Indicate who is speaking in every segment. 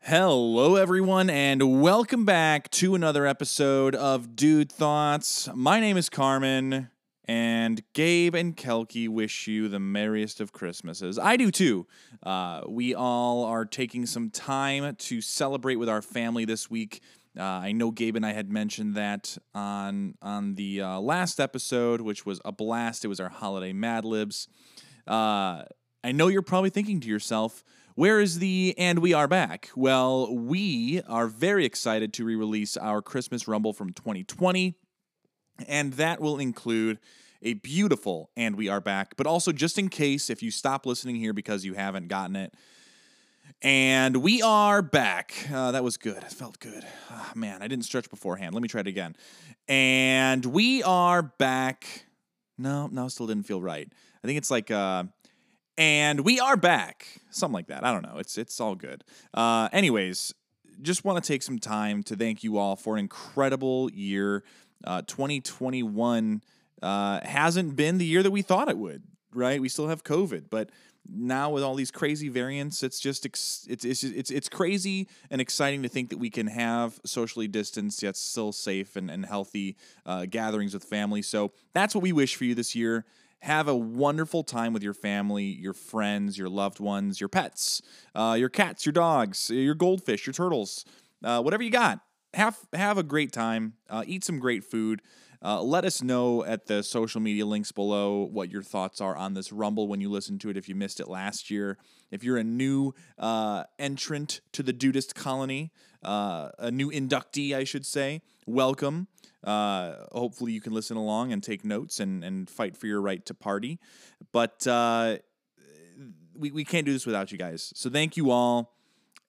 Speaker 1: Hello, everyone, and welcome back to another episode of Dude Thoughts. My name is Carmen, and Gabe and Kelky wish you the merriest of Christmases. I do too. Uh, we all are taking some time to celebrate with our family this week. Uh, I know Gabe and I had mentioned that on on the uh, last episode, which was a blast. It was our holiday Mad Libs. Uh, I know you're probably thinking to yourself, where is the and we are back? Well, we are very excited to re release our Christmas Rumble from 2020, and that will include a beautiful and we are back, but also just in case if you stop listening here because you haven't gotten it. And we are back. Uh, that was good. It felt good. Ah, man, I didn't stretch beforehand. Let me try it again. And we are back. No, no, still didn't feel right. I think it's like uh, and we are back something like that i don't know it's it's all good uh anyways just want to take some time to thank you all for an incredible year uh 2021 uh hasn't been the year that we thought it would right we still have covid but now with all these crazy variants it's just ex- it's it's it's it's crazy and exciting to think that we can have socially distanced yet still safe and, and healthy uh, gatherings with family so that's what we wish for you this year have a wonderful time with your family, your friends, your loved ones, your pets, uh, your cats, your dogs, your goldfish, your turtles, uh, whatever you got. Have have a great time. Uh, eat some great food. Uh, let us know at the social media links below what your thoughts are on this Rumble when you listen to it. If you missed it last year, if you're a new uh, entrant to the Dudist colony, uh, a new inductee, I should say, welcome. Uh, hopefully, you can listen along and take notes and, and fight for your right to party. But uh, we, we can't do this without you guys. So, thank you all.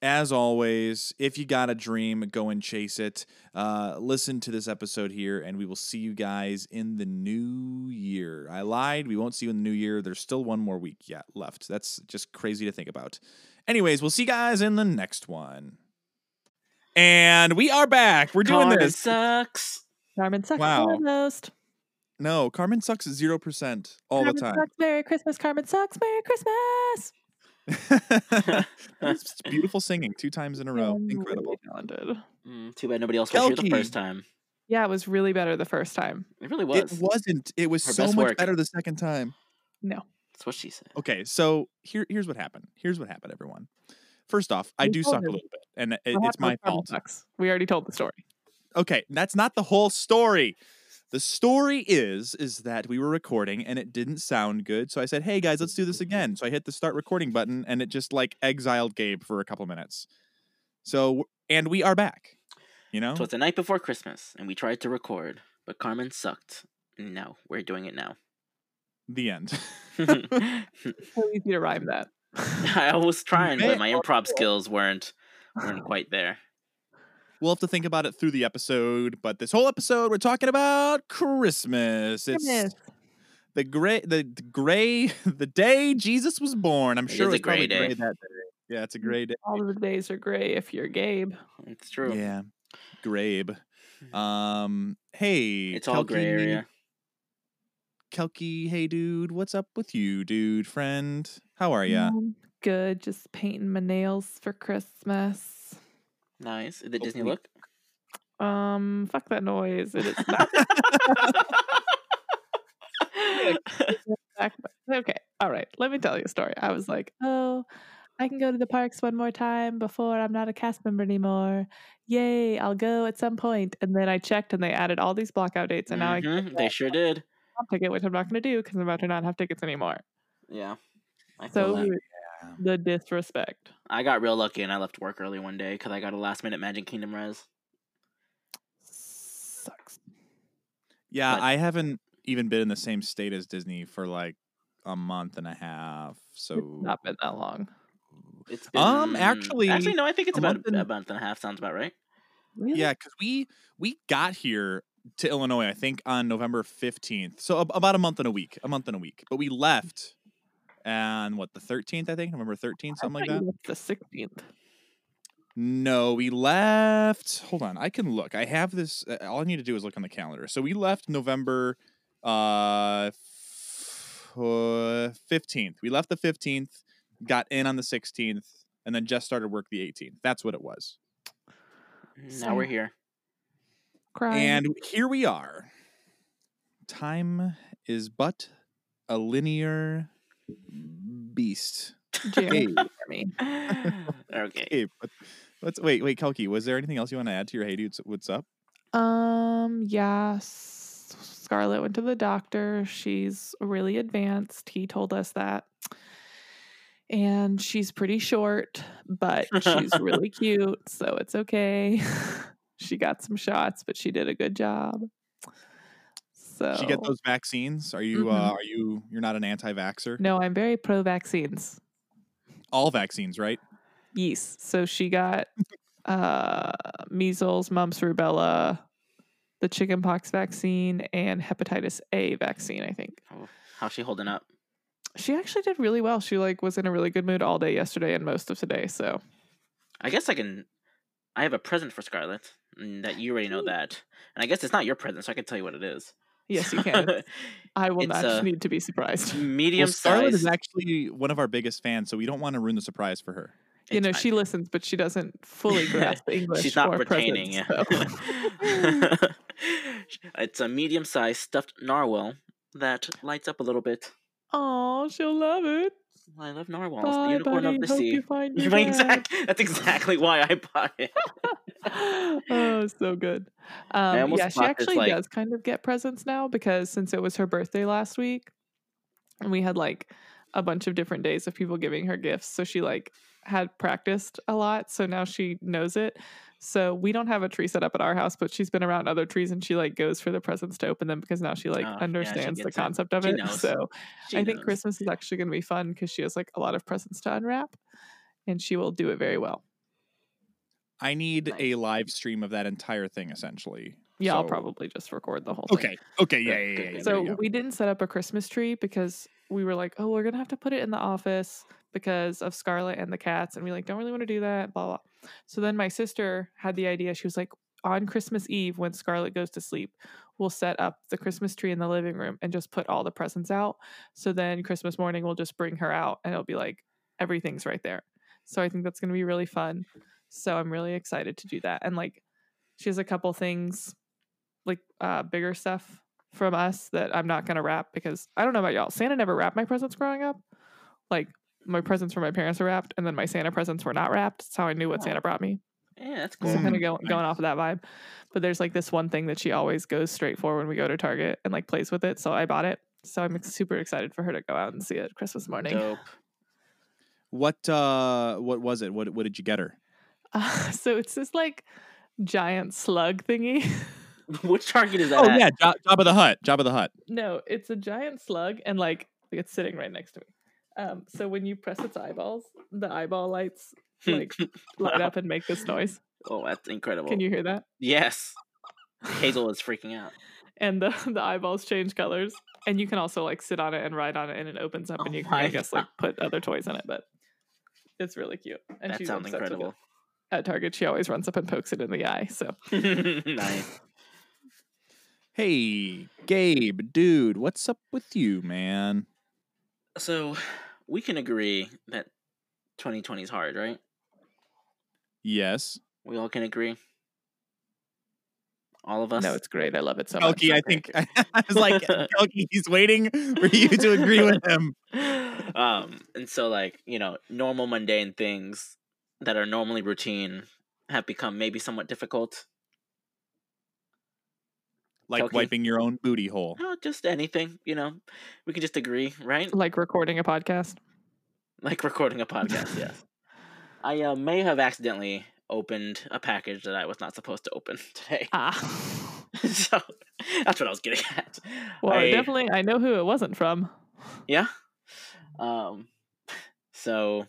Speaker 1: As always, if you got a dream, go and chase it. Uh, listen to this episode here, and we will see you guys in the new year. I lied. We won't see you in the new year. There's still one more week yet left. That's just crazy to think about. Anyways, we'll see you guys in the next one. And we are back. We're doing
Speaker 2: Carmen
Speaker 1: this.
Speaker 2: Sucks.
Speaker 3: Carmen sucks
Speaker 1: Wow.
Speaker 3: the most.
Speaker 1: No, Carmen sucks at zero percent all
Speaker 3: Carmen
Speaker 1: the time.
Speaker 3: Sucks, Merry Christmas. Carmen sucks. Merry Christmas.
Speaker 1: it's just beautiful singing two times in a row. Incredible.
Speaker 3: Talented.
Speaker 2: Mm, too bad nobody else was here the
Speaker 1: Kelky.
Speaker 2: first time.
Speaker 3: Yeah, it was really better the first time.
Speaker 2: It really was.
Speaker 1: It wasn't. It was
Speaker 2: Her
Speaker 1: so
Speaker 2: best
Speaker 1: much
Speaker 2: work.
Speaker 1: better the second time.
Speaker 2: That's what she said.
Speaker 1: Okay, so here, here's what happened. Here's what happened, everyone. First off, I
Speaker 3: You
Speaker 1: do
Speaker 3: told
Speaker 1: suck a
Speaker 3: him.
Speaker 1: little bit, and it,
Speaker 3: What
Speaker 1: it's
Speaker 3: happened
Speaker 1: my
Speaker 3: with Carmen
Speaker 1: fault.
Speaker 3: Sucks? We already told the story.
Speaker 1: okay that's not the whole story the story is is that we were recording and it didn't sound good so i said hey guys let's do this again so i hit the start recording button and it just like exiled gabe for a couple minutes so and we are back you know
Speaker 2: So it's the night before Christmas, and we tried to record, but Carmen sucked. No, we're doing it now.
Speaker 1: the end
Speaker 3: So easy to rhyme that.
Speaker 2: I was trying,
Speaker 1: may-
Speaker 2: but my improv skills weren't weren't quite there.
Speaker 1: we'll have to think about it through the episode but this whole episode we're talking about christmas it's
Speaker 3: Christmas.
Speaker 1: the gray the the gray the day jesus was born i'm
Speaker 2: It
Speaker 1: sure
Speaker 2: is
Speaker 1: it's
Speaker 2: a
Speaker 1: probably
Speaker 2: gray day. Mm.
Speaker 1: gray that day yeah it's a gray day
Speaker 3: All of the days are gray if you're Gabe.
Speaker 2: It's true.
Speaker 1: Yeah. Grabe. Um, hey.
Speaker 2: It's all gray
Speaker 1: Kelky-
Speaker 2: area.
Speaker 1: Kelky, hey dude, what's up with you, dude, friend? How are ya?
Speaker 3: Mm, Good. Just painting my nails for Christmas.
Speaker 2: Nice. The Disney
Speaker 1: Hopefully-
Speaker 2: look.
Speaker 3: Um, fuck that noise. It is not back. Okay. All right. Let me tell you a story. I was like, oh, I can go to the parks one more time before I'm not a cast member anymore. Yay. I'll go at some point. And then I checked and they added all these blockout dates. And
Speaker 1: Mm-hmm.
Speaker 3: now I
Speaker 2: Mhm,
Speaker 3: can't
Speaker 2: they sure did.
Speaker 3: ticket, which I'm not going to do because I'm about to not have tickets anymore.
Speaker 2: Yeah. I feel
Speaker 3: So
Speaker 2: that.
Speaker 3: rude. the disrespect.
Speaker 2: I got real lucky, and I left work early one day because I got a last minute Magic Kingdom res.
Speaker 3: Sucks.
Speaker 1: Yeah,
Speaker 2: But-
Speaker 1: I haven't even been in the same state as Disney for like a month and a half. So
Speaker 3: It's not been that long.
Speaker 2: It's
Speaker 1: Um,
Speaker 2: been-
Speaker 1: actually,
Speaker 2: actually, no, I think it's
Speaker 1: a
Speaker 2: about
Speaker 1: month and-
Speaker 2: a month and a half. Sounds about right.
Speaker 3: Really?
Speaker 1: yeah, because we we got here to Illinois, I think, on November fifteenth. So ab- about a month and a week. A month and a week. But we left on what the thirteenth, I think, November thirteenth,
Speaker 3: I
Speaker 1: something like
Speaker 3: thought
Speaker 1: that.
Speaker 3: you left The 16th.
Speaker 1: No, we left. Hold on, I can look. I have this. uh, All I need to do is look on the calendar. So we left November uh fifteenth. we left the fifteenth, got in on the sixteenth, and then Jess started work the 18th. That's what it was.
Speaker 2: Now we're
Speaker 3: Same.
Speaker 2: here.
Speaker 3: Crying.
Speaker 1: And here we are. Time is but a linear beast.
Speaker 3: Jeremy.
Speaker 1: Gabe,
Speaker 2: okay.
Speaker 1: Gabe, what- let's wait, wait, Kelki, was there anything else you want to add to your hey dudes what's up?
Speaker 3: Um, yeah. S- Scarlett went to the doctor. She's really advanced. He told us that. And she's pretty short, but she's really cute, so it's okay. she got some shots, but she did a good job. So
Speaker 1: Did you get those vaccines? Are you uh,
Speaker 3: Mhm.
Speaker 1: are you you're not an anti-vaxxer?
Speaker 3: No, I'm very pro vaccines.
Speaker 1: All vaccines, right?
Speaker 3: Yes. So she got uh measles, mumps, rubella, the chickenpox vaccine, and hepatitis A vaccine, I think.
Speaker 2: How's she holding up?
Speaker 3: She actually did really well. She like was in a really good mood all day yesterday and most of today. So
Speaker 2: I guess I can. I have a present for Scarlet mm, that you already know that, and I guess it's not your present, so I can tell you what it is.
Speaker 3: yes, you can. I will
Speaker 2: It's,
Speaker 3: not
Speaker 2: uh,
Speaker 3: need to be surprised.
Speaker 2: Medium
Speaker 1: Well, Scarlett is
Speaker 2: size.
Speaker 1: actually one of our biggest fans, so we don't want to ruin the surprise for her.
Speaker 3: You know,
Speaker 2: it's-
Speaker 3: she listens, but she doesn't fully grasp English.
Speaker 2: She's not
Speaker 3: or
Speaker 2: retaining.
Speaker 3: presents, so.
Speaker 2: yeah. it's a medium-sized stuffed narwhal that lights up a little bit.
Speaker 3: Oh, she'll love it.
Speaker 2: I love narwhals, the
Speaker 3: Bye,
Speaker 2: unicorn
Speaker 3: buddy.
Speaker 2: of the
Speaker 3: Hope
Speaker 2: sea.
Speaker 3: you find your
Speaker 2: Right,
Speaker 3: dad.
Speaker 2: exact- That's exactly why I bought it.
Speaker 3: oh, so good. Um,
Speaker 2: almost
Speaker 3: yeah, she
Speaker 2: thought this,
Speaker 3: actually
Speaker 2: like-
Speaker 3: does kind of get presents now because since it was her birthday last week, and we had like a bunch of different days of people giving her gifts, so she like had practiced a lot, so now she knows it. So we don't have a tree set up at our house, but she's been around other trees and she like goes for the presents to open them because now she like
Speaker 2: Oh, yeah, she
Speaker 3: understands the
Speaker 2: gets it.
Speaker 3: concept of
Speaker 2: She
Speaker 3: it.
Speaker 2: knows.
Speaker 3: So
Speaker 2: She
Speaker 3: I think
Speaker 2: knows.
Speaker 3: Christmas is actually going to be fun because she has like a lot of presents to unwrap, and she will do it very well.
Speaker 1: I need a
Speaker 2: Nice.
Speaker 1: live stream of that entire thing, essentially.
Speaker 3: Yeah, I'll
Speaker 1: So-
Speaker 3: probably just record the whole thing.
Speaker 1: Okay. Okay. Yeah.
Speaker 2: Good,
Speaker 1: Yeah.
Speaker 2: good,
Speaker 1: yeah,
Speaker 2: good.
Speaker 1: there
Speaker 3: So
Speaker 1: you go.
Speaker 3: we didn't set up a Christmas tree because we were like, oh, we're gonna have to put it in the office because of Scarlet and the cats, and we like don't really want to do that, blah blah. So then my sister had the idea. She was like, on Christmas Eve when Scarlet goes to sleep, we'll set up the Christmas tree in the living room and just put all the presents out. So then Christmas morning we'll just bring her out and it'll be like everything's right there. So I think that's gonna be really fun. So I'm really excited to do that. And like, she has a couple things, like uh, bigger stuff from us that I'm not gonna wrap because I don't know about y'all. Santa never wrapped my presents growing up. Like my presents for my parents are wrapped, and then my Santa presents were not wrapped. That's how I knew what
Speaker 2: Oh.
Speaker 3: Santa brought me.
Speaker 2: Yeah, that's
Speaker 3: So
Speaker 2: cool.
Speaker 3: kind
Speaker 1: Mm,
Speaker 3: of go, going off of that vibe. But there's like this one thing that she always goes straight for when we go to Target and like plays with it. So I bought it. So I'm ex- super excited for her to go out and see it Christmas morning.
Speaker 2: Dope.
Speaker 1: what uh what was it? What what did you get her?
Speaker 3: Uh, so it's this like giant slug thingy.
Speaker 2: Which target is that?
Speaker 1: Oh
Speaker 2: at?
Speaker 1: yeah, job, job of the hut. Job of the hut.
Speaker 3: No, it's a giant slug, and like it's sitting right next to me. Um, so when you press its eyeballs, the eyeball lights like light
Speaker 2: Wow.
Speaker 3: up and make this noise.
Speaker 2: Hmm. Oh, that's incredible.
Speaker 3: Can you hear that?
Speaker 2: Yes. Hazel is freaking out.
Speaker 3: And the the eyeballs change colors, and you can also like sit on it and ride on it, and it opens up,
Speaker 2: Oh
Speaker 3: and you can
Speaker 2: my
Speaker 3: I guess like put other toys in it, but. It's really cute, and
Speaker 2: that
Speaker 3: she's
Speaker 2: sounds
Speaker 3: obsessed with it.
Speaker 2: incredible.
Speaker 3: At Target, she always runs up and pokes it in the eye. So
Speaker 2: nice.
Speaker 1: Hey, Gabe, dude, what's up with you, man?
Speaker 2: So, we can agree that 2020 is hard, right?
Speaker 1: Yes,
Speaker 2: We all can agree. All of us.
Speaker 3: no, it's great. I love it so much.
Speaker 1: Kelki. I think I was like Kelki. He's waiting for you to agree with him.
Speaker 2: um, and so like you know, normal mundane things that are normally routine have become maybe somewhat difficult.
Speaker 1: Like
Speaker 2: Kelki.
Speaker 1: wiping your own booty hole.
Speaker 2: No, just anything, you know. We can just agree, right?
Speaker 3: Like recording a podcast.
Speaker 2: Like recording a podcast. yes. I uh, may have accidentally opened a package that I was not supposed to open today.
Speaker 3: Ah,
Speaker 2: so that's what I was getting at.
Speaker 3: well,
Speaker 2: I-
Speaker 3: definitely. I know who it wasn't from.
Speaker 2: Yeah. Um. So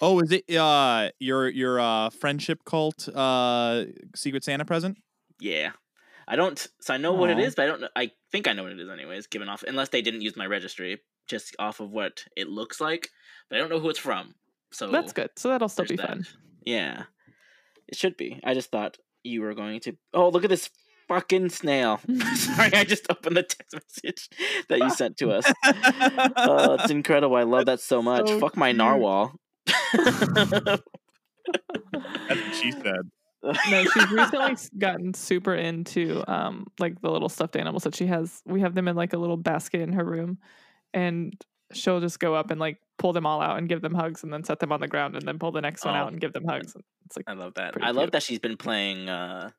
Speaker 1: Oh, is it uh your your uh friendship cult uh secret Santa present?
Speaker 2: Yeah. I don't so I know what it
Speaker 1: Aw.
Speaker 2: is, but I don't know I think I know what it is anyways, given off unless they didn't use my registry, just off of what it looks like. But I don't know who it's from. So
Speaker 3: That's good. So that'll still
Speaker 2: Oh, there's
Speaker 3: be
Speaker 2: that.
Speaker 3: fun.
Speaker 2: Yeah. It should be. I just thought you were going to Oh, look at this fucking snail. Sorry, I just opened the text message that
Speaker 1: Uh,
Speaker 2: you sent to us. Oh, it's incredible. I love that so much.
Speaker 1: So
Speaker 2: Fuck my
Speaker 1: cute.
Speaker 2: narwhal.
Speaker 4: That's what she said.
Speaker 3: No, she's recently s- gotten super into um like the little stuffed animals that she has. We have them in like a little basket in her room, and she'll just go up and like pull them all out and give them hugs, and then set them on the ground, and then pull the next one
Speaker 2: Oh,
Speaker 3: out and give them
Speaker 2: man.
Speaker 3: hugs. It's like
Speaker 2: I love that.
Speaker 3: Pretty
Speaker 2: I
Speaker 3: cute.
Speaker 2: love that she's been playing, uh,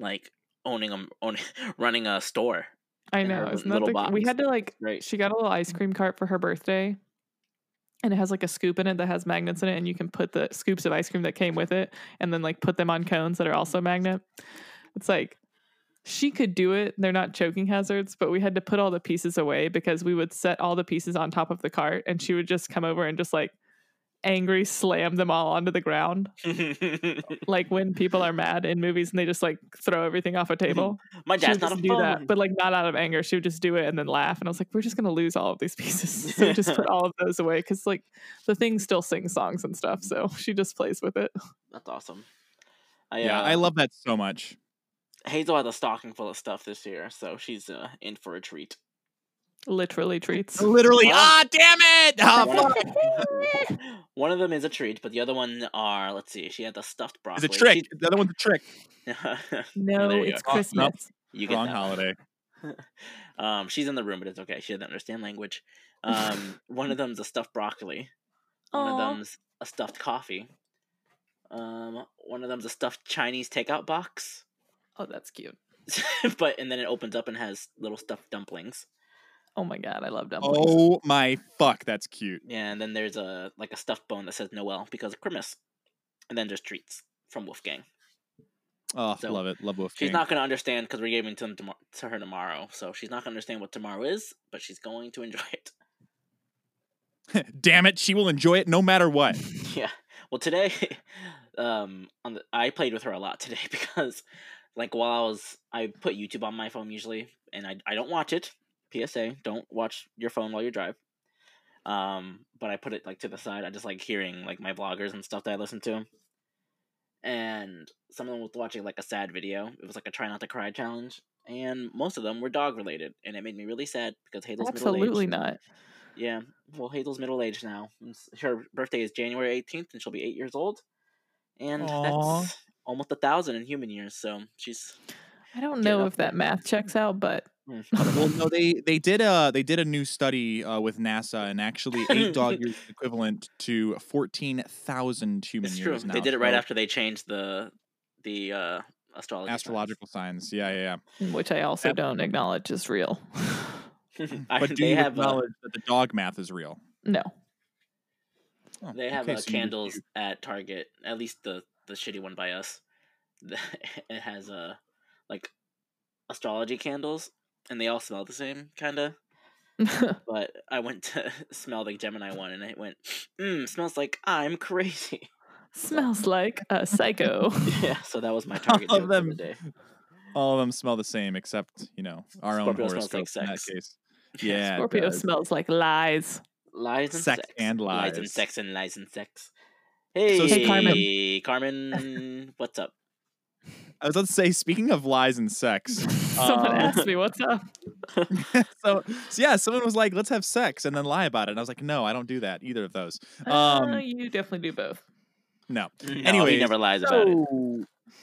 Speaker 2: like owning a own, running a store.
Speaker 3: I
Speaker 2: in her
Speaker 3: know,
Speaker 2: li-
Speaker 3: isn't that
Speaker 2: little
Speaker 3: the, we
Speaker 2: box.
Speaker 3: had to like
Speaker 2: Right.
Speaker 3: she got a little ice cream cart for her birthday, and it has like a scoop in it that has magnets in it, and you can put the scoops of ice cream that came with it, and then like put them on cones that are also magnet. It's like she could do it. They're not choking hazards, but we had to put all the pieces away because we would set all the pieces on top of the cart, and she would just come over and just like angry slam them all onto the ground, like when people are mad in movies and they just like throw everything off a table.
Speaker 2: My
Speaker 3: She
Speaker 2: dad's
Speaker 3: would
Speaker 2: not a
Speaker 3: just do that,
Speaker 2: phone.
Speaker 3: but like not out of anger. She would just do it and then laugh. And I was like, we're just gonna lose all of these pieces. So just put all of those away because like the thing still sings songs and stuff. So she just plays with it.
Speaker 2: That's awesome. I,
Speaker 1: Yeah,
Speaker 2: uh,
Speaker 1: I love that so much.
Speaker 2: Hazel has a stocking full of stuff this year, so she's uh, in for a treat.
Speaker 3: Literally treats.
Speaker 1: Literally,
Speaker 2: Wow.
Speaker 1: ah, damn it! Ah,
Speaker 2: One
Speaker 1: fuck.
Speaker 2: of- One of them is a treat, but the other one are let's see. She had the stuffed
Speaker 1: It's
Speaker 2: broccoli.
Speaker 1: a trick. The other one's a trick.
Speaker 2: She-
Speaker 3: No,
Speaker 2: there you
Speaker 3: it's
Speaker 1: go. Oh, nope.
Speaker 3: Christmas.
Speaker 2: you get
Speaker 1: Wrong
Speaker 2: that.
Speaker 1: holiday.
Speaker 2: um, she's in the room, but it's okay. She doesn't understand language. Um, one of them's a stuffed broccoli. One of
Speaker 3: Aw.
Speaker 2: them's a stuffed coffee. Um, one of them's a stuffed Chinese takeout box,
Speaker 3: Oh, that's cute.
Speaker 2: but and then it opens up and has little stuffed dumplings.
Speaker 3: Oh my god, I love dumplings.
Speaker 1: Oh my fuck, that's cute.
Speaker 2: Yeah, and then there's a like a stuffed bone that says Noel because of Christmas, and then just treats from Wolfgang.
Speaker 1: Oh,
Speaker 2: So,
Speaker 1: love it. Love Wolf.
Speaker 2: She's not gonna understand because we're giving to them tomorrow, to her tomorrow, so she's not gonna understand what tomorrow is, but she's going to enjoy it.
Speaker 1: Damn it, she will enjoy it no matter what.
Speaker 2: Yeah. Well, today, um, on the, I played with her a lot today because, like, while I was, I put YouTube on my phone usually, and I I don't watch it. PSA: Don't watch your phone while you drive. Um, but I put it like to the side. I just like hearing like my vloggers and stuff that I listen to. And someone was watching like a sad video. It was like a try not to cry challenge, and most of them were dog related, and it made me really sad because Hazel's middle
Speaker 3: Absolutely
Speaker 2: aged.
Speaker 3: not.
Speaker 2: Yeah. Well, Hazel's middle aged now. It's- Her birthday is January 18th, and she'll be eight years old. And
Speaker 1: Aw.
Speaker 2: that's almost a thousand in human years. So she's.
Speaker 3: I don't
Speaker 2: Get
Speaker 3: know
Speaker 2: up
Speaker 3: if that math checks out, but
Speaker 2: mm.
Speaker 1: Uh, well, no, they they did a they did a new study uh, with NASA, and actually eight dog years is equivalent to fourteen thousand human
Speaker 2: It's true.
Speaker 1: years. Now.
Speaker 2: They did it right
Speaker 1: so
Speaker 2: after they changed the the uh, astrology. signs.
Speaker 1: astrological signs. Yeah, yeah.
Speaker 3: mm, which I also
Speaker 1: Yep.
Speaker 3: don't acknowledge is real.
Speaker 2: I,
Speaker 1: yeah. But do
Speaker 2: they
Speaker 1: you
Speaker 2: have uh,
Speaker 1: acknowledge that the dog math is real?
Speaker 3: no.
Speaker 1: Oh,
Speaker 2: they have
Speaker 1: okay,
Speaker 2: uh,
Speaker 1: so you-
Speaker 2: candles at Target. At least the the shitty one by us. it has uh, like astrology candles, and they all smell the same, kind of. but I went to smell the Gemini one and it went, mmm, smells like I'm crazy.
Speaker 3: Smells like a psycho.
Speaker 2: yeah, so that was my target
Speaker 1: All
Speaker 2: joke
Speaker 1: them
Speaker 2: for the day.
Speaker 1: All of them smell the same, except you know our
Speaker 2: Scorpio
Speaker 1: own
Speaker 2: smells
Speaker 1: horoscope.
Speaker 2: like
Speaker 1: in that
Speaker 2: sex.
Speaker 1: case, yeah, it
Speaker 3: Scorpio
Speaker 1: does.
Speaker 3: smells like lies.
Speaker 2: Lies and
Speaker 1: Sex
Speaker 2: sex.
Speaker 1: and
Speaker 2: Lies and
Speaker 1: lies.
Speaker 2: sex and lies and sex. Hey,
Speaker 1: So
Speaker 3: Carmen.
Speaker 2: Carmen, what's up?
Speaker 1: I was about to say, speaking of lies and sex,
Speaker 3: Someone
Speaker 1: Um,
Speaker 3: asked me what's up.
Speaker 1: so, so yeah, someone was like, "Let's have sex," and then lie about it. And I was like, "No, I don't do that. Either of those.
Speaker 3: Uh,
Speaker 1: Um,
Speaker 3: you definitely do both.
Speaker 1: no,
Speaker 2: No, he
Speaker 1: Anyways,
Speaker 2: never lies about it.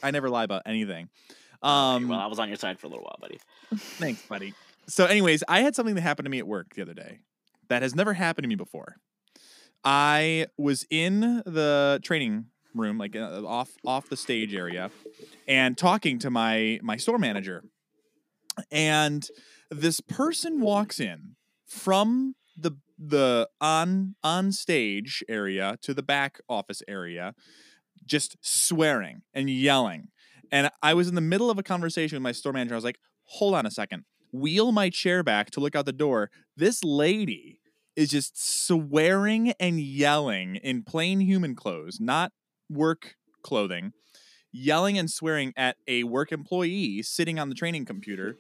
Speaker 1: I never lie about anything."
Speaker 2: Okay,
Speaker 1: Um,
Speaker 2: well, I was on your side for a little while, buddy.
Speaker 1: thanks, buddy. So, anyways, I had something that happened to me at work the other day that has never happened to me before. I was in the training room, like uh, off off the stage area, and talking to my my store manager, and this person walks in from the the on on stage area to the back office area just swearing and yelling and i was in the middle of a conversation with my store manager i was like hold on a second wheel my chair back to look out the door this lady is just swearing and yelling in plain human clothes not work clothing yelling and swearing at a work employee sitting on the training computer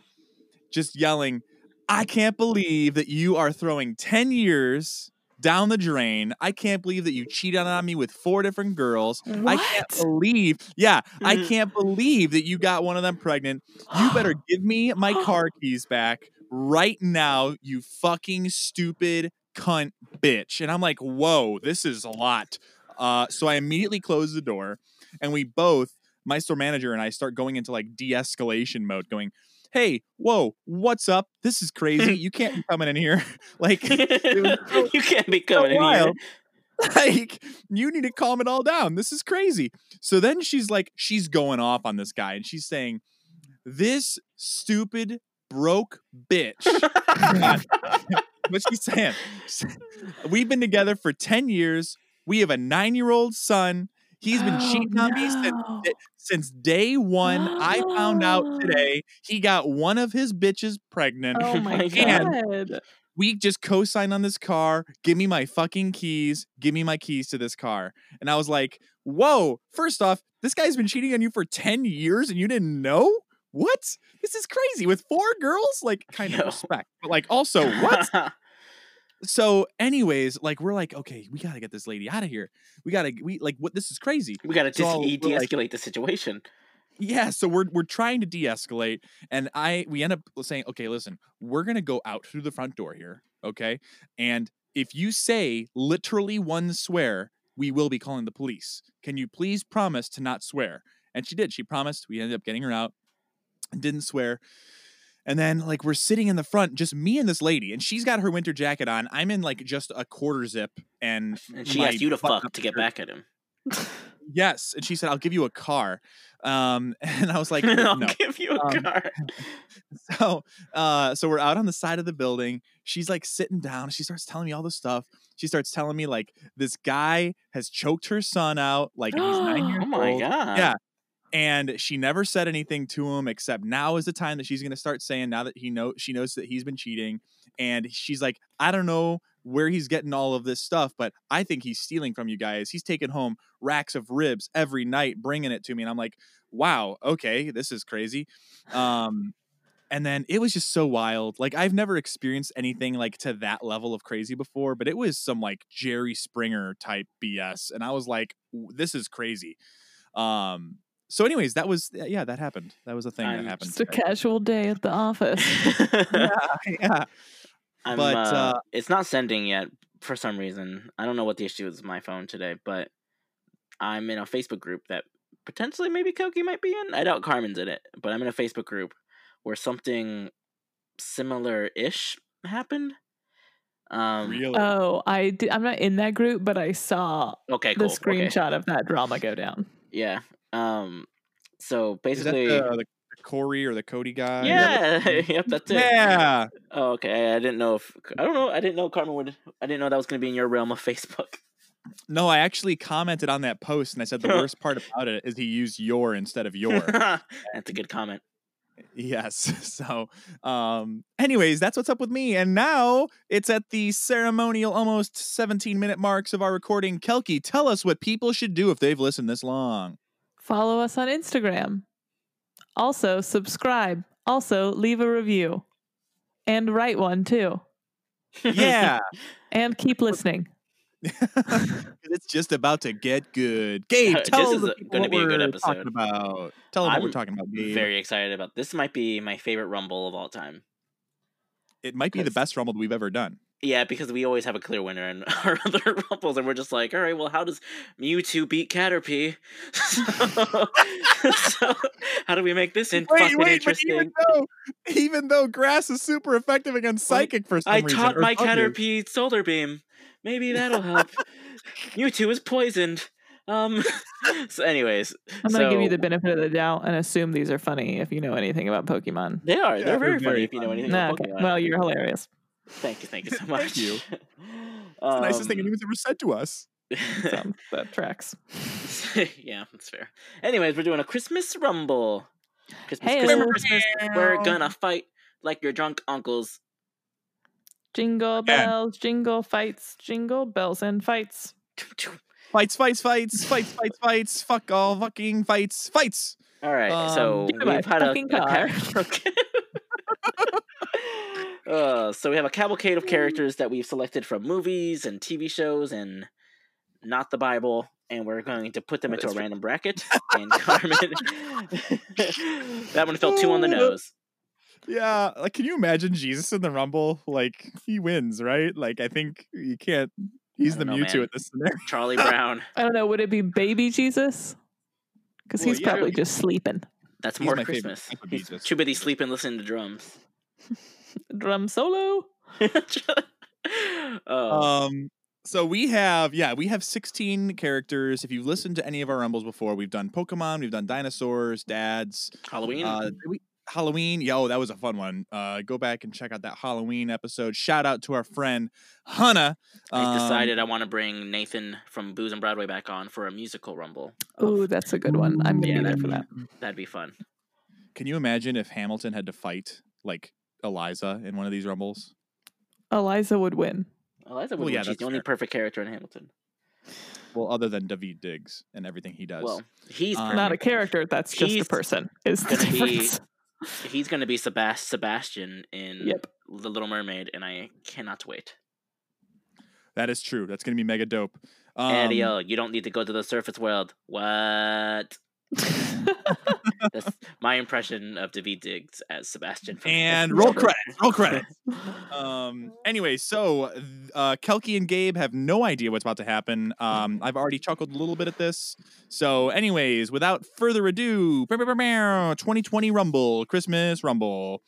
Speaker 1: just yelling, I can't believe that you are throwing 10 years down the drain. I can't believe that you cheated on me with four different girls. I can't
Speaker 3: What?
Speaker 1: believe, yeah, I
Speaker 2: Mhm.
Speaker 1: can't believe that you got one of them pregnant. You better give me my car keys back right now, you fucking stupid cunt bitch. And I'm like, whoa, this is a lot. Uh, so I immediately close the door, and we both, my store manager and I, start going into like de-escalation mode, going, "Hey, whoa, what's up? This is crazy. You can't be coming in here. like, was-
Speaker 2: you can't be coming in here.
Speaker 1: wild. like you need to calm it all down. This is crazy." So then she's like, she's going off on this guy, and she's saying, "This stupid broke bitch." What's she saying? We've been together for 10 years. We have a nine year old son. He's been
Speaker 3: Oh,
Speaker 1: cheating on me since,
Speaker 3: no.
Speaker 1: since day one. I found out today he got one of his bitches pregnant.
Speaker 3: Oh my
Speaker 1: And-
Speaker 3: god.
Speaker 1: We just co sign on this car. Give me my fucking keys. Give me my keys to this car. And I was like, whoa, first off, this guy's been cheating on you for 10 years and you didn't know? What? This is crazy. With four girls? Like, kind of
Speaker 2: Yo.
Speaker 1: respect, but like also, what? so anyways like we're like okay we gotta get this lady out of here we gotta we like what this is crazy
Speaker 2: we gotta
Speaker 1: So
Speaker 2: just
Speaker 1: we're
Speaker 2: de-
Speaker 1: like-
Speaker 2: de-escalate the situation.
Speaker 1: yeah so we're we're trying to de-escalate and i we end up saying okay listen we're gonna go out through the front door here okay and if you say literally one swear we will be calling the police can you please promise to not swear and she did she promised we ended up getting her out didn't swear and then like we're sitting in the front just me and this lady and she's got her winter jacket on i'm in like just a quarter zip and
Speaker 2: And she
Speaker 1: my
Speaker 2: asked you to
Speaker 1: button-up
Speaker 2: fuck to get
Speaker 1: shirt.
Speaker 2: back at him.
Speaker 1: Yes, and she said, "I'll give you a car," um, and I was like,
Speaker 2: I'll
Speaker 1: "No."
Speaker 2: give you a
Speaker 1: Um,
Speaker 2: car.
Speaker 1: So, uh, so we're out on the side of the building. She's like sitting down. She starts telling me all this stuff. She starts telling me like this guy has choked her son out, like and he's nine years
Speaker 2: Oh my
Speaker 1: old,
Speaker 2: god.
Speaker 1: Yeah. and she never said anything to him except now is the time that she's going to start saying now that he know she knows that he's been cheating, and she's like, "I don't know." Where he's getting all of this stuff, but I think he's stealing from you guys. He's taking home racks of ribs every night, bringing it to me. And I'm like, wow, okay, this is crazy. Um, and then it was just so wild. Like I've never experienced anything like to that level of crazy before, but it was some like Jerry Springer type BS. And I was like, "W- this is crazy. Um, so anyways, that was, yeah, that happened. That was a thing
Speaker 2: I'm
Speaker 1: that happened.
Speaker 3: Just a
Speaker 1: today.
Speaker 3: casual day at the office.
Speaker 1: yeah.
Speaker 2: I'm,
Speaker 1: But,
Speaker 2: uh,
Speaker 1: uh,
Speaker 2: it's not sending yet for some reason. I don't know what the issue is with my phone today, but I'm in a Facebook group that potentially maybe Koki might be in. I doubt Carmen's in it, but I'm in a Facebook group where something similar ish happened. Um,
Speaker 1: Really?
Speaker 3: Oh, I did, I'm not in that group, but I saw
Speaker 2: Okay, cool.
Speaker 3: the
Speaker 2: okay.
Speaker 3: screenshot of that drama go down.
Speaker 2: Yeah. Um. So
Speaker 1: is that
Speaker 2: basically,
Speaker 1: the, uh, the Corey or the Cody guy?
Speaker 2: yeah. yep. That's it.
Speaker 1: Yeah.
Speaker 2: Oh, okay. I didn't know if I don't know. I didn't know Carmen would. I didn't know that was going to be in your realm of Facebook.
Speaker 1: No, I actually commented on that post and I said the worst part about it is he used your instead of your.
Speaker 2: that's a good comment.
Speaker 1: yes. So, um anyways, that's what's up with me. And now it's at the ceremonial almost 17 minute marks of our recording. Kelky, tell us what people should do if they've listened this long.
Speaker 3: Follow us on Instagram. Also, subscribe. Also, leave a review. And write one too.
Speaker 1: Yeah.
Speaker 3: And keep listening.
Speaker 1: 'Cause it's just about to get good. Gabe,
Speaker 2: This
Speaker 1: tell
Speaker 2: is
Speaker 1: the
Speaker 2: a-
Speaker 1: people
Speaker 2: gonna
Speaker 1: what
Speaker 2: be a good
Speaker 1: we're
Speaker 2: episode.
Speaker 1: talking about. Tell them what we're
Speaker 2: I'm
Speaker 1: talking about, Gabe.
Speaker 2: Very excited about this. Might be my favorite Rumble of all time.
Speaker 1: it might be the
Speaker 2: Yes.
Speaker 1: best rumble we've ever done.
Speaker 2: Yeah, because we always have a clear winner in our other Rumbles, and we're just like, all right, well, how does Mewtwo beat Caterpie? so, so how do we make this in- fucking interesting?
Speaker 1: even though, even though grass is super effective against
Speaker 2: Like,
Speaker 1: psychic for some
Speaker 2: I
Speaker 1: reason,
Speaker 2: taught
Speaker 1: or
Speaker 2: my
Speaker 1: buggy.
Speaker 2: Caterpie solar beam. Maybe that'll help. Mewtwo is poisoned. Um. So, anyways,
Speaker 3: I'm going to give you
Speaker 2: So-
Speaker 3: the benefit of the doubt and assume these are funny if you know anything about Pokemon.
Speaker 2: they are.
Speaker 1: Yeah,
Speaker 2: they're
Speaker 1: they're
Speaker 2: very, funny
Speaker 1: very
Speaker 2: if you know
Speaker 1: funny.
Speaker 2: anything.
Speaker 3: No,
Speaker 2: about
Speaker 3: okay.
Speaker 2: Pokemon.
Speaker 3: Well, you're hilarious.
Speaker 2: thank you, thank you so
Speaker 1: Thank
Speaker 2: much.
Speaker 1: you. It's the nicest thing anyone's ever said to us.
Speaker 2: Um,
Speaker 3: So that tracks.
Speaker 2: yeah, that's fair. Anyways, we're doing a Christmas rumble. Christmas,
Speaker 3: Hey,
Speaker 2: Christmas,
Speaker 3: oh.
Speaker 2: Christmas. We're gonna fight like your drunk uncles.
Speaker 3: Jingle
Speaker 1: Again.
Speaker 3: bells, jingle fights, jingle bells and fights.
Speaker 1: Fights, fights, fights, fights, fights, fights. Fuck all fucking fights, fights.
Speaker 2: All right,
Speaker 1: Um,
Speaker 2: so
Speaker 3: give me my
Speaker 2: we've had a,
Speaker 3: fucking
Speaker 2: a ca- okay. uh, so we have a cavalcade of characters that we've selected from movies and TV shows and not the Bible, and we're going to put them
Speaker 3: That
Speaker 2: into a
Speaker 3: is true.
Speaker 2: random bracket. And Carmen, that one felt two on the nose.
Speaker 1: Yeah, like can you imagine Jesus in the Rumble? Like he wins, right? Like I think you can't
Speaker 4: He's
Speaker 2: I
Speaker 4: the
Speaker 2: don't know,
Speaker 4: Mewtwo
Speaker 2: man.
Speaker 4: at this scenario.
Speaker 2: Charlie Brown.
Speaker 3: I don't know. Would it be baby Jesus? Because
Speaker 4: Well,
Speaker 3: he's
Speaker 4: yeah.
Speaker 3: probably just sleeping.
Speaker 2: That's
Speaker 1: He's
Speaker 2: more
Speaker 1: my favorite
Speaker 2: Christmas.
Speaker 1: type of
Speaker 2: He's
Speaker 1: Jesus.
Speaker 2: too busy sleeping, listening to drums.
Speaker 3: Drum solo.
Speaker 2: oh,
Speaker 1: Um, so we have, yeah, we have 16 characters. If you've listened to any of our rumbles before, we've done Pokemon, we've done dinosaurs, dads,
Speaker 2: Halloween.
Speaker 1: uh, did we- Halloween. Yo, that was a fun one. Uh, go back and check out that Halloween episode. Shout out to our friend Hannah.
Speaker 2: I
Speaker 1: Um,
Speaker 2: decided I want to bring Nathan from Booze and Broadway back on for a musical rumble.
Speaker 3: Ooh, that's a good one. I'm gonna
Speaker 2: Oh. Yeah,
Speaker 3: be there
Speaker 2: that-
Speaker 3: for that.
Speaker 2: That'd be fun.
Speaker 1: Um, Can you imagine if Hamilton had to fight like Eliza in one of these rumbles?
Speaker 3: Eliza would win.
Speaker 2: Eliza
Speaker 1: Well,
Speaker 2: Woodward,
Speaker 1: yeah,
Speaker 2: she's
Speaker 1: that's
Speaker 2: the only
Speaker 1: fair.
Speaker 2: perfect character in Hamilton.
Speaker 1: Well, other than David Diggs and everything he does.
Speaker 2: Well, he's
Speaker 1: Um,
Speaker 3: Not a
Speaker 2: perfect.
Speaker 3: character. That's just a
Speaker 2: He's
Speaker 3: person. Is the
Speaker 2: gonna be-
Speaker 3: difference?
Speaker 2: He's going to be Sebast- Sebastian in
Speaker 3: Yep.
Speaker 2: The Little Mermaid, and I cannot wait.
Speaker 1: that is true. That's gonna be mega dope. Um,
Speaker 2: Ariel, oh, you don't need to go to the surface world. What? That's my impression of David Diggs as Sebastian. from-
Speaker 1: And roll credits. Roll credits. Um, anyway, so th- uh, Kelky and Gabe have no idea what's about to happen. Um, I've already chuckled a little bit at this. So, anyways, without further ado, 2020 Rumble, Christmas Rumble.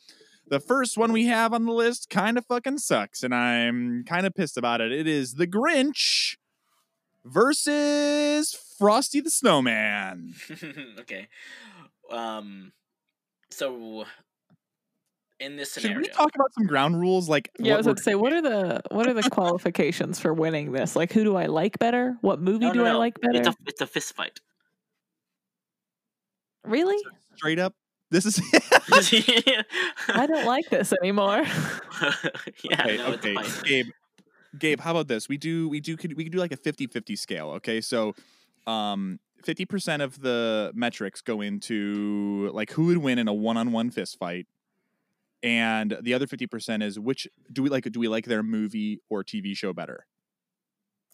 Speaker 1: The first one we have on the list kind of fucking sucks, and I'm kind of pissed about it. It is The Grinch versus Frosty the Snowman.
Speaker 2: okay. Um. So, in this
Speaker 1: Should
Speaker 2: scenario,
Speaker 1: we talk about some ground rules? Like,
Speaker 3: Yeah, I was
Speaker 1: we're
Speaker 3: about to say, what are the what are the qualifications for winning this? Like, who do I like better? What movie
Speaker 2: No,
Speaker 3: do
Speaker 2: no,
Speaker 3: I
Speaker 2: no.
Speaker 3: like better?
Speaker 2: It's a it's a fist fight.
Speaker 3: really?
Speaker 1: straight up? This is
Speaker 2: yeah.
Speaker 3: I don't like this anymore.
Speaker 1: okay, okay.
Speaker 2: no, it's a fight.
Speaker 1: Gabe, Gabe, how about this? We do we do could we could do like a 50-50 scale, okay? So um 50% of the metrics go into like who would win in a one-on-one fist fight. And the other 50% is which do we like do we like their movie or TV show better?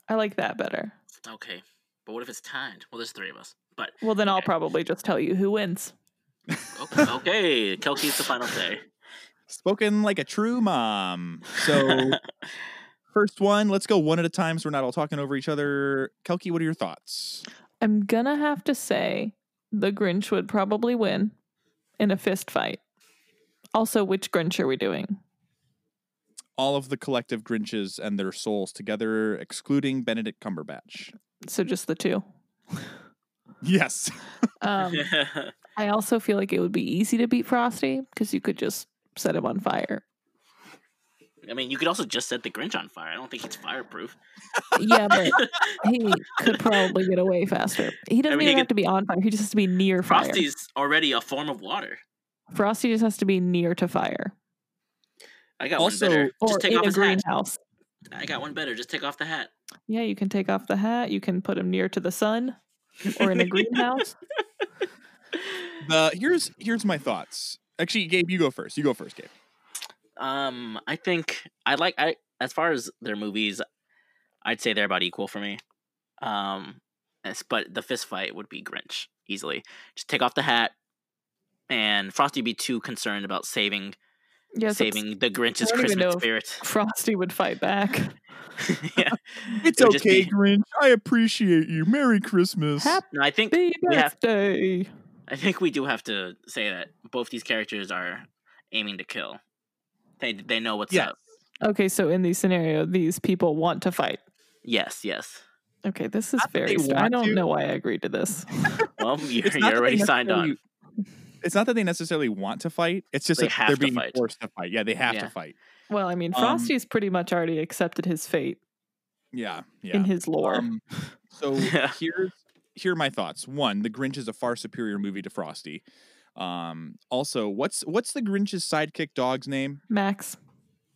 Speaker 3: I like that better.
Speaker 2: Okay, but what if it's timed? Well, there's three of us. But
Speaker 3: Well, then I'll
Speaker 2: Okay.
Speaker 3: probably just tell you who wins.
Speaker 2: okay, okay. Kelky's the final say.
Speaker 1: Spoken like a true mom. So first one, let's go one at a time so we're not all talking over each other. Kelky, what are your thoughts?
Speaker 3: I'm gonna have to say the Grinch would probably win in a fist fight. Also, which Grinch are we doing?
Speaker 1: All of the collective Grinches and their souls together, excluding Benedict Cumberbatch.
Speaker 3: So just the two.
Speaker 1: Yes.
Speaker 3: Um, I also feel like it would be easy to beat Frosty because you could just set him on fire.
Speaker 2: I mean, you could also just set the Grinch on fire. I don't think he's fireproof.
Speaker 3: Yeah, but he could probably get away faster. He doesn't
Speaker 2: mean, he
Speaker 3: even
Speaker 2: could-
Speaker 3: have to be on fire. He just has to be near fire.
Speaker 2: Frosty's already a form of water.
Speaker 3: Frosty just has to be near to fire
Speaker 2: I got
Speaker 1: Also-
Speaker 2: one better.
Speaker 3: or
Speaker 2: Just take
Speaker 3: in
Speaker 2: off
Speaker 3: a
Speaker 2: his hat.
Speaker 3: greenhouse.
Speaker 2: I got one better. Just take off the hat.
Speaker 3: Yeah, you can take off the hat. You can put him near to the sun or in a greenhouse.
Speaker 1: The here's here's my thoughts. Actually, Gabe, you go first. You go first, Gabe.
Speaker 2: Um, I think I like I as far as their movies, I'd say they're about equal for me. Um, as- but the fist fight would be Grinch easily. Just take off the hat, and Frosty be too concerned about saving
Speaker 3: Yeah, so it's-
Speaker 2: saving the Grinch's
Speaker 3: don't even know
Speaker 2: Christmas
Speaker 3: if-
Speaker 2: spirit.
Speaker 3: Frosty would fight back.
Speaker 2: yeah,
Speaker 1: It's
Speaker 2: It would just
Speaker 1: okay,
Speaker 2: be-
Speaker 1: Grinch. I appreciate you. Merry Christmas.
Speaker 3: Happy
Speaker 2: no, I think we have
Speaker 3: birthday.
Speaker 2: I think we do have to say that both these characters are aiming to kill. They they know what's
Speaker 1: Yes.
Speaker 2: up.
Speaker 3: Okay, so in these scenario, these people want to fight.
Speaker 2: Yes, yes.
Speaker 3: Okay, this is
Speaker 1: Not that they
Speaker 3: very. St- I
Speaker 1: want
Speaker 3: don't
Speaker 1: to.
Speaker 3: know why I agreed to this.
Speaker 2: Well, you're,
Speaker 1: It's not that
Speaker 2: you're
Speaker 1: they
Speaker 2: already signed on.
Speaker 1: necessarily- It's not that they necessarily want to fight. It's just
Speaker 2: They
Speaker 1: that
Speaker 2: have
Speaker 1: they're
Speaker 2: to
Speaker 1: being
Speaker 2: fight.
Speaker 1: forced to fight. Yeah, they have
Speaker 2: Yeah.
Speaker 1: to fight.
Speaker 3: Well, I mean,
Speaker 1: Um,
Speaker 3: Frosty's pretty much already accepted his fate
Speaker 1: Yeah, yeah.
Speaker 3: in his lore.
Speaker 1: Um, so
Speaker 2: Yeah.
Speaker 1: here's here are my thoughts. One, The Grinch is a far superior movie to Frosty. Um, also, what's what's the Grinch's sidekick dog's name?
Speaker 3: Max,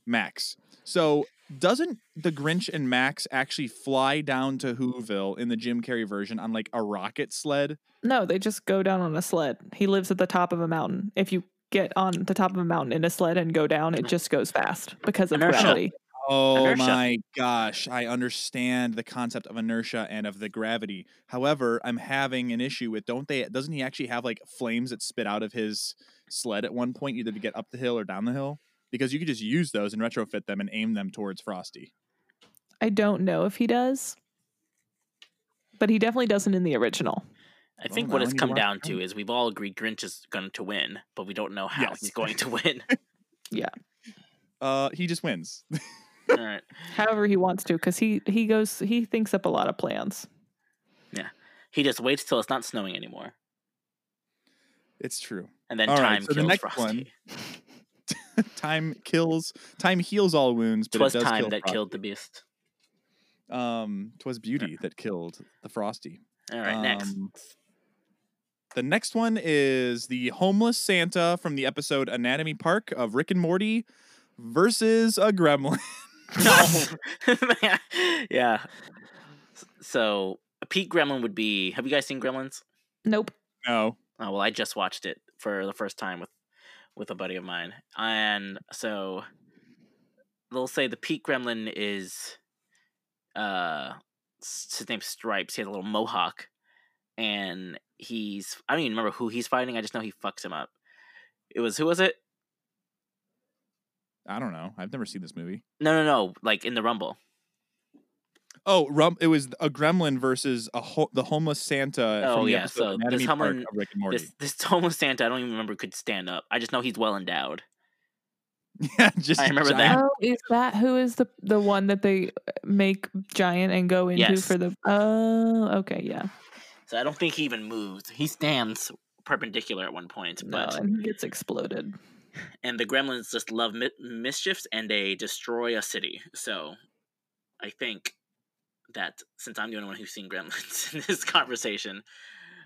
Speaker 1: Max. So doesn't the Grinch and Max actually fly down to Whoville in the Jim Carrey version on like a rocket sled?
Speaker 3: no, they just go down on a sled. He lives at the top of a mountain. If you get on the top of a mountain in a sled and go down, it just goes fast because of
Speaker 2: Inertia.
Speaker 3: gravity.
Speaker 1: Oh
Speaker 2: Inertia.
Speaker 1: my gosh, I understand the concept of inertia and of the gravity. However, I'm having an issue with don't they doesn't he actually have like flames that spit out of his sled at one point either to get up the hill or down the hill? Because you could just use those and retrofit them and aim them towards Frosty.
Speaker 3: I don't know if he does, but he definitely doesn't in the original.
Speaker 2: I
Speaker 1: Well,
Speaker 2: think
Speaker 1: now
Speaker 2: what
Speaker 1: I
Speaker 2: it's
Speaker 1: need to
Speaker 2: come
Speaker 1: watch
Speaker 2: down
Speaker 1: it.
Speaker 2: to is we've all agreed Grinch is going to win, but we don't know how
Speaker 4: Yes.
Speaker 2: he's going to win.
Speaker 1: Uh, he just wins.
Speaker 2: all right.
Speaker 3: However, he wants to because he he goes he thinks up a lot of plans.
Speaker 2: He just waits till it's not snowing anymore,
Speaker 1: It's true.
Speaker 2: and then
Speaker 1: All right,
Speaker 2: time
Speaker 1: so the
Speaker 2: kills
Speaker 1: next
Speaker 2: Frosty.
Speaker 1: one- time kills. Time heals all wounds, but
Speaker 2: Twas
Speaker 1: it does
Speaker 2: time
Speaker 1: kill
Speaker 2: that
Speaker 1: Frosty.
Speaker 2: killed the beast.
Speaker 1: Um, twas beauty that killed the frosty.
Speaker 2: All right, next.
Speaker 1: Um, The next one is the homeless Santa from the episode Anatomy Park of Rick and Morty versus a gremlin.
Speaker 2: No. yeah. S- So Pete Gremlin would be. Have you guys seen Gremlins?
Speaker 3: Nope.
Speaker 1: no,
Speaker 2: Oh, well, I just watched it for the first time with with a buddy of mine, and so they'll say the Pete Gremlin is uh s- his name's Stripes. He has a little mohawk, and he's I don't even remember who he's fighting. I just know he fucks him up. It was who was it?
Speaker 1: I don't know. I've never seen this movie.
Speaker 2: No, no, no. Like in the Rumble.
Speaker 1: Oh, rum, it was a gremlin versus a ho- the homeless Santa
Speaker 2: Oh,
Speaker 1: from the
Speaker 2: yeah,
Speaker 1: episode
Speaker 2: so this
Speaker 1: Anatomy Park
Speaker 2: homeless-
Speaker 1: of Rick and Morty.
Speaker 2: This this homeless Santa. I don't even remember could stand up. I just know he's well endowed.
Speaker 1: yeah, just
Speaker 2: I remember
Speaker 1: giant-
Speaker 2: that.
Speaker 3: Oh, is that who is the the one that they uh, make giant and go into
Speaker 2: Yes.
Speaker 3: for the? Oh, okay, yeah.
Speaker 2: So I don't think he even moves. He stands perpendicular at one point,
Speaker 3: No,
Speaker 2: but
Speaker 3: and he gets exploded.
Speaker 2: and the gremlins just love mi- mischiefs and they destroy a city. So I think that since I'm the only one who's seen gremlins in this conversation,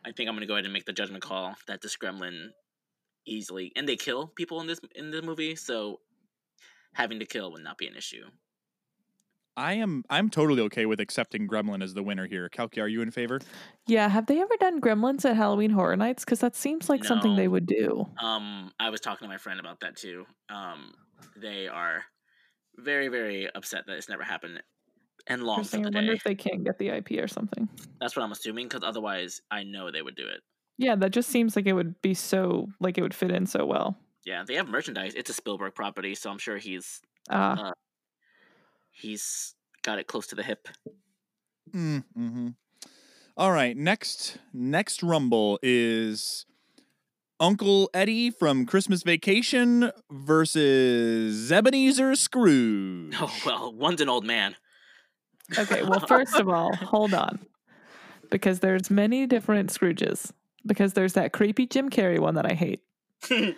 Speaker 2: I think I'm going to go ahead and make the judgment call that this gremlin easily and they kill people in this in the movie, so having to kill would not be an issue.
Speaker 1: I am. I'm totally okay with accepting Gremlin as the winner here. Kalki, are you in favor?
Speaker 3: Yeah, have they ever done Gremlins at Halloween Horror Nights? Because that seems like something they
Speaker 2: No.
Speaker 3: would do.
Speaker 2: Um, I was talking to my friend about that too. Um, they are very, very upset that it's never happened and long for
Speaker 3: Interesting.
Speaker 2: the
Speaker 3: I wonder
Speaker 2: day.
Speaker 3: if they can get the IP or something.
Speaker 2: That's what I'm assuming because otherwise, I know they would do it.
Speaker 3: Yeah, that just seems like it would be so like it would fit in so well.
Speaker 2: Yeah, they have merchandise. It's a Spielberg property, so I'm sure he's
Speaker 3: Uh,
Speaker 2: he's got it close to the hip.
Speaker 1: Mm, hmm All right. Next, next rumble is Uncle Eddie from Christmas Vacation versus Ebenezer Scrooge.
Speaker 2: Oh well, one's an old man.
Speaker 3: okay, well, first of all, hold on, because there's many different Scrooges. Because there's that creepy Jim Carrey one that I hate, and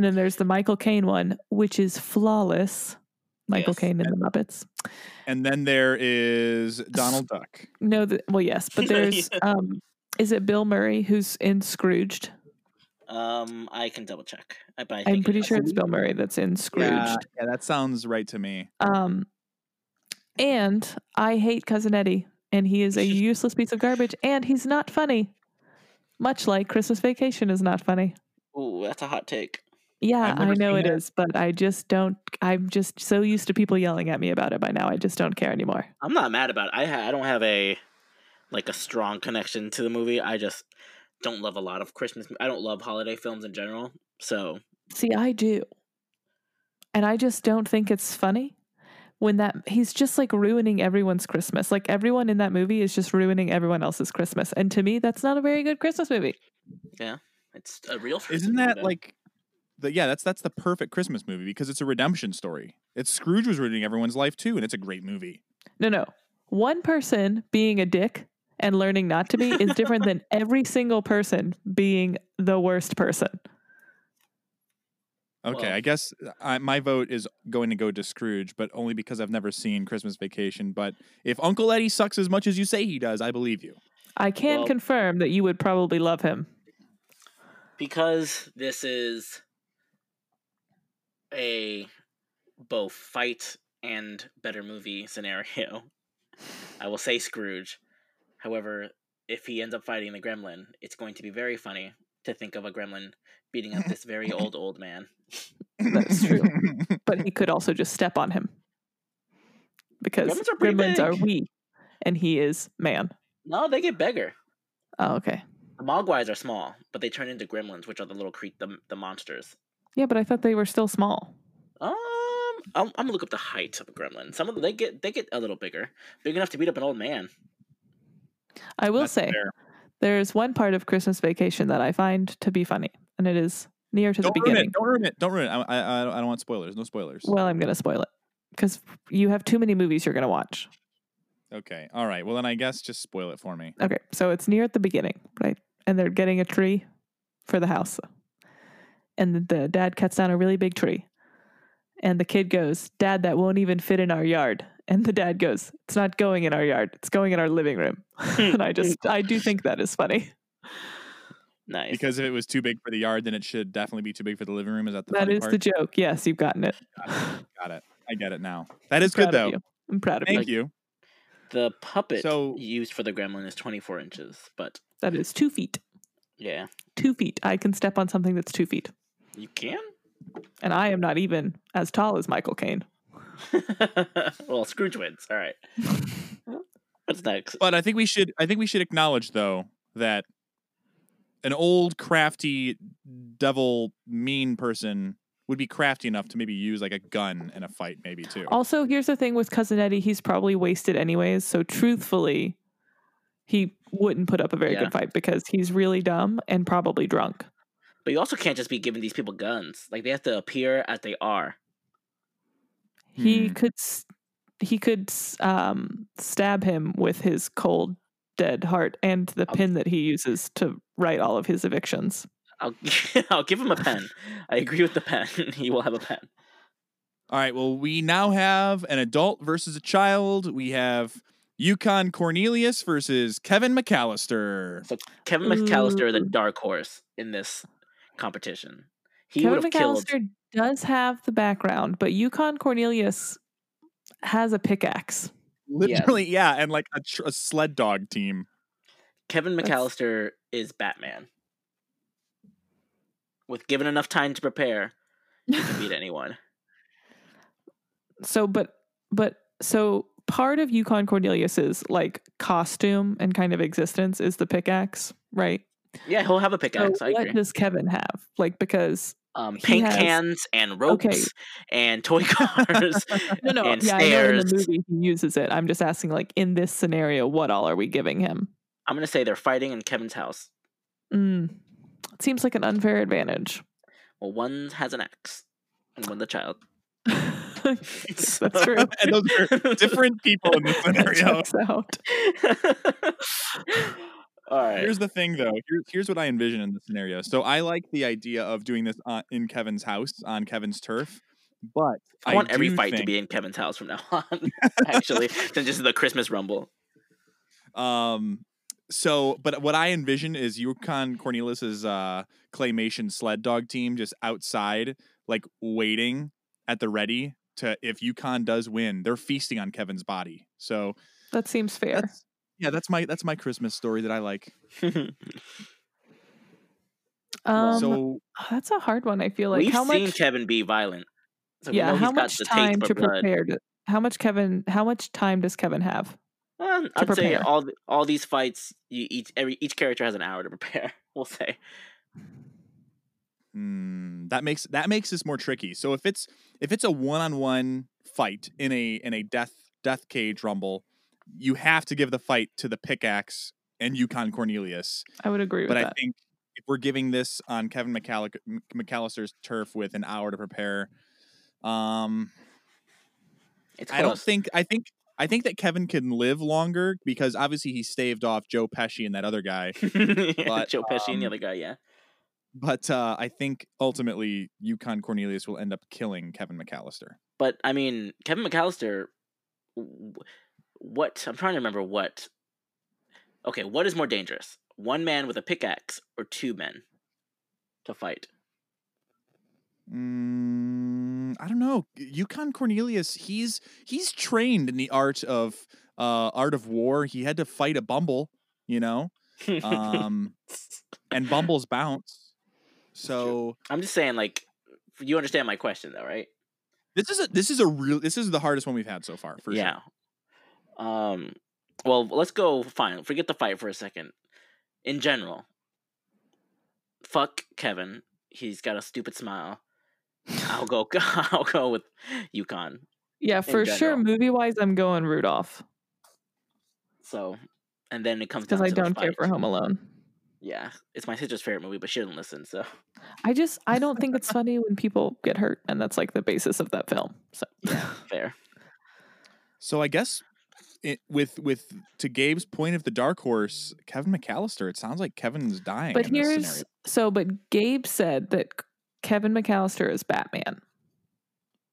Speaker 3: then there's the Michael Caine one, which is flawless. Michael
Speaker 2: Yes.
Speaker 3: Caine in the Muppets.
Speaker 1: And then there is Donald Duck.
Speaker 3: No, the, well, yes, but there's
Speaker 2: Yeah.
Speaker 3: um, is it Bill Murray who's in Scrooged?
Speaker 2: um, I can double check. I, but I think
Speaker 3: I'm
Speaker 2: it
Speaker 3: pretty
Speaker 2: is.
Speaker 3: sure it's Bill Murray that's in Scrooged.
Speaker 1: yeah, that sounds right to me.
Speaker 3: Um, and I hate Cousin Eddie, and he is a useless piece of garbage, and he's not funny. Much like Christmas Vacation is not funny.
Speaker 2: Ooh, that's a hot take.
Speaker 3: Yeah,
Speaker 1: I've never
Speaker 3: I know
Speaker 1: seen
Speaker 3: it is,
Speaker 1: that.
Speaker 3: but I just don't. I'm just so used to people yelling at me about it by now. I just don't care anymore.
Speaker 2: I'm not mad about it. I ha- I don't have a like a strong connection to the movie. I just don't love a lot of Christmas. I don't love holiday films in general. So
Speaker 3: See, I do. And I just don't think it's funny when that he's just like ruining everyone's Christmas. Like everyone in that movie is just ruining everyone else's Christmas. And to me, that's not a very good Christmas movie.
Speaker 2: it's a real. person
Speaker 1: Isn't
Speaker 2: movie,
Speaker 1: that
Speaker 2: though.
Speaker 1: like the yeah, that's that's the perfect Christmas movie because it's a redemption story. It's Scrooge was ruining everyone's life too, and it's a great movie.
Speaker 3: No, no. One person being a dick and learning not to be is different than every single person being the worst person.
Speaker 1: Okay,
Speaker 2: Well-
Speaker 1: I guess uh, I, my vote is going to go to Scrooge, but only because I've never seen Christmas Vacation. But if Uncle Eddie sucks as much as you say he does, I believe you.
Speaker 3: I can
Speaker 2: Well-
Speaker 3: confirm that you would probably love him.
Speaker 2: because this is a both fight and better movie scenario, I will say Scrooge. However, if he ends up fighting the gremlin, it's going to be very funny to think of a gremlin beating up this very old old man.
Speaker 3: That's true. But he could also just step on him because
Speaker 2: Gremlins are pretty
Speaker 3: gremlins are
Speaker 2: big.
Speaker 3: we and he is man.
Speaker 2: No, they get bigger.
Speaker 3: Oh, okay.
Speaker 2: The Mogwais are small, but they turn into gremlins, which are the little cre- the, the monsters.
Speaker 3: Yeah, but I thought they were still small.
Speaker 2: Um, I'm, I'm gonna look up the height of a gremlin. Some of them they get they get a little bigger, big enough to beat up an old man.
Speaker 3: I will
Speaker 4: That's
Speaker 3: say
Speaker 4: fair.
Speaker 3: there is one part of Christmas Vacation that I find to be funny, and it is near to
Speaker 1: Don't
Speaker 3: the
Speaker 1: ruin it.
Speaker 3: beginning.
Speaker 1: Don't ruin it. Don't ruin it. I, I, I don't want spoilers. No spoilers.
Speaker 3: Well, I'm going to spoil it because you have too many movies you're going to watch.
Speaker 1: Okay. All right. Well, then I guess just spoil it for me.
Speaker 3: Okay, so it's near at the beginning, right? And they're getting a tree for the house. And the- the dad cuts down a really big tree. And the kid goes, Dad, that won't even fit in our yard. And the dad goes, It's not going in our yard. It's going in our living room. and I just, I do think that is funny.
Speaker 2: Nice.
Speaker 1: Because if it was too big for the yard, then it should definitely be too big for the living room. Is that the
Speaker 3: that
Speaker 1: funny
Speaker 3: is
Speaker 1: part?
Speaker 3: the joke. Yes, you've gotten it.
Speaker 1: Got it. I get it now. That is
Speaker 3: Proud
Speaker 1: good
Speaker 3: of
Speaker 1: though.
Speaker 3: you. I'm proud of
Speaker 1: Thank
Speaker 3: you.
Speaker 1: you.
Speaker 2: the puppet
Speaker 1: So-
Speaker 2: used for the gremlin is 24 inches, but
Speaker 3: That is two feet.
Speaker 2: yeah,
Speaker 3: Two feet. I can step on something that's two feet.
Speaker 2: you can.
Speaker 3: And I am not even as tall as Michael Caine.
Speaker 2: well, screw twins. All right. What's next?
Speaker 1: But I think we should. I think we should acknowledge though that an old crafty devil mean person would be crafty enough to maybe use like a gun in a fight, maybe too.
Speaker 3: Also, here's the thing with Cousin Eddie, he's probably wasted anyways. So truthfully, he wouldn't put up a very
Speaker 2: Yeah.
Speaker 3: good fight because he's really dumb and probably drunk.
Speaker 2: But you also can't just be giving these people guns. Like they have to appear as they are.
Speaker 3: He
Speaker 1: Hmm.
Speaker 3: could s- he could s- um, stab him with his cold dead heart and the
Speaker 2: Oh.
Speaker 3: pin that he uses to write all of his evictions.
Speaker 2: I'll I'll give him a pen. I agree with the pen. he will have a pen.
Speaker 1: All right. Well, we now have an adult versus a child. We have Yukon Cornelius versus Kevin McAllister.
Speaker 2: Kevin McAllister, the
Speaker 3: Ooh.
Speaker 2: dark horse in this competition. He would
Speaker 3: Kevin
Speaker 2: have killed.
Speaker 3: McAllister does have the background, but Yukon Cornelius has a pickaxe.
Speaker 1: Literally, yeah, and like a, tr- a sled dog team.
Speaker 2: Kevin
Speaker 3: That's-
Speaker 2: McAllister is Batman. With given enough time to prepare, he can beat anyone.
Speaker 3: so but but so part of Yukon Cornelius's like costume and kind of existence is the pickaxe, right?
Speaker 2: Yeah, he'll have a pickaxe.
Speaker 3: so
Speaker 2: I
Speaker 3: what
Speaker 2: agree.
Speaker 3: does Kevin have? Like because
Speaker 2: Um,
Speaker 3: he
Speaker 2: paint
Speaker 3: has-
Speaker 2: cans and ropes and toy cars
Speaker 3: no no
Speaker 2: and
Speaker 3: yeah, I know in
Speaker 2: stairs.
Speaker 3: the movie he uses it. I'm just asking like in this scenario, what all are we giving him?
Speaker 2: I'm gonna say they're fighting in Kevin's house.
Speaker 3: Mm. It seems like an unfair advantage.
Speaker 2: Well, one has an axe and one's a child.
Speaker 3: Yes, That's true.
Speaker 1: and those are different people in this
Speaker 3: That
Speaker 1: scenario.
Speaker 3: checks out.
Speaker 2: All right.
Speaker 1: Here's the thing, though. Here, here's what I envision in the scenario. So I like the idea of doing this on, in Kevin's house on Kevin's turf, but
Speaker 2: I, want every
Speaker 1: do
Speaker 2: fight to
Speaker 1: think,
Speaker 2: be in Kevin's house from now on. Actually, than just the Christmas Rumble.
Speaker 1: Um, so, but what I envision is Yukon Cornelius's uh, claymation sled dog team just outside, like waiting at the ready to if Yukon does win, they're feasting on Kevin's body. So
Speaker 3: That seems fair.
Speaker 1: that's, yeah, that's my that's my Christmas story that I like.
Speaker 3: Um,
Speaker 1: so
Speaker 3: that's a hard one. I feel like
Speaker 2: We've
Speaker 3: how
Speaker 2: seen
Speaker 3: much
Speaker 2: Kevin be violent. So we
Speaker 3: yeah,
Speaker 2: know
Speaker 3: how
Speaker 2: he's got
Speaker 3: much
Speaker 2: the taste
Speaker 3: time
Speaker 2: for
Speaker 3: to
Speaker 2: blood.
Speaker 3: prepare? do- how much Kevin? How much time does Kevin have?
Speaker 2: Um, I'd say
Speaker 3: prepare.
Speaker 2: all th- all these fights, you each every each character has an hour to prepare. We'll say
Speaker 1: Hmm, that makes that makes this more tricky. So if it's if it's a one on one fight in a in a death death cage rumble, you have to give the fight to the pickaxe and Yukon Cornelius.
Speaker 3: I would agree with
Speaker 1: But I
Speaker 3: that.
Speaker 1: think if we're giving this on Kevin McCallic- M- McAllister's turf with an hour to prepare, um,
Speaker 2: it's
Speaker 1: I don't
Speaker 2: close.
Speaker 1: think I think I think that Kevin can live longer because obviously he staved off Joe Pesci and that other guy. but,
Speaker 2: Joe Pesci and the
Speaker 1: um,
Speaker 2: other guy. Yeah,
Speaker 1: But uh, I think ultimately Yukon Cornelius will end up killing Kevin McAllister.
Speaker 2: but I mean Kevin McAllister. w- What I'm trying to remember what. Okay, what is more dangerous? One man with a pickaxe or two men to fight?
Speaker 1: Mm, I don't know. Yukon Cornelius, he's he's trained in the art of uh, art of war. He had to fight a bumble, you know, um, and bumbles bounce. So
Speaker 2: I'm just saying, like, you understand my question, though, right?
Speaker 1: This is a this is a real this is the hardest one we've had so far for sure.
Speaker 2: yeah. Um. Well, let's go. Fine. Forget the fight for a second. In general, fuck Kevin. He's got a stupid smile. I'll go. I'll go with Yukon.
Speaker 3: Yeah, for sure.
Speaker 2: general.
Speaker 3: Movie wise, I'm going Rudolph
Speaker 2: So, and then it comes
Speaker 3: because
Speaker 2: down
Speaker 3: I
Speaker 2: to the
Speaker 3: don't care
Speaker 2: fight.
Speaker 3: for Home Alone.
Speaker 2: Yeah, it's my sister's favorite movie, but she didn't listen. So,
Speaker 3: I just I don't think it's funny when people get hurt, and that's like the basis of that film. So
Speaker 2: yeah, fair.
Speaker 1: So I guess it, with with to Gabe's point of the dark horse, Kevin McAllister. It sounds like Kevin's dying.
Speaker 3: but
Speaker 1: in this
Speaker 3: here's
Speaker 1: scenario.
Speaker 3: so but Gabe said that K- Kevin McAllister is Batman.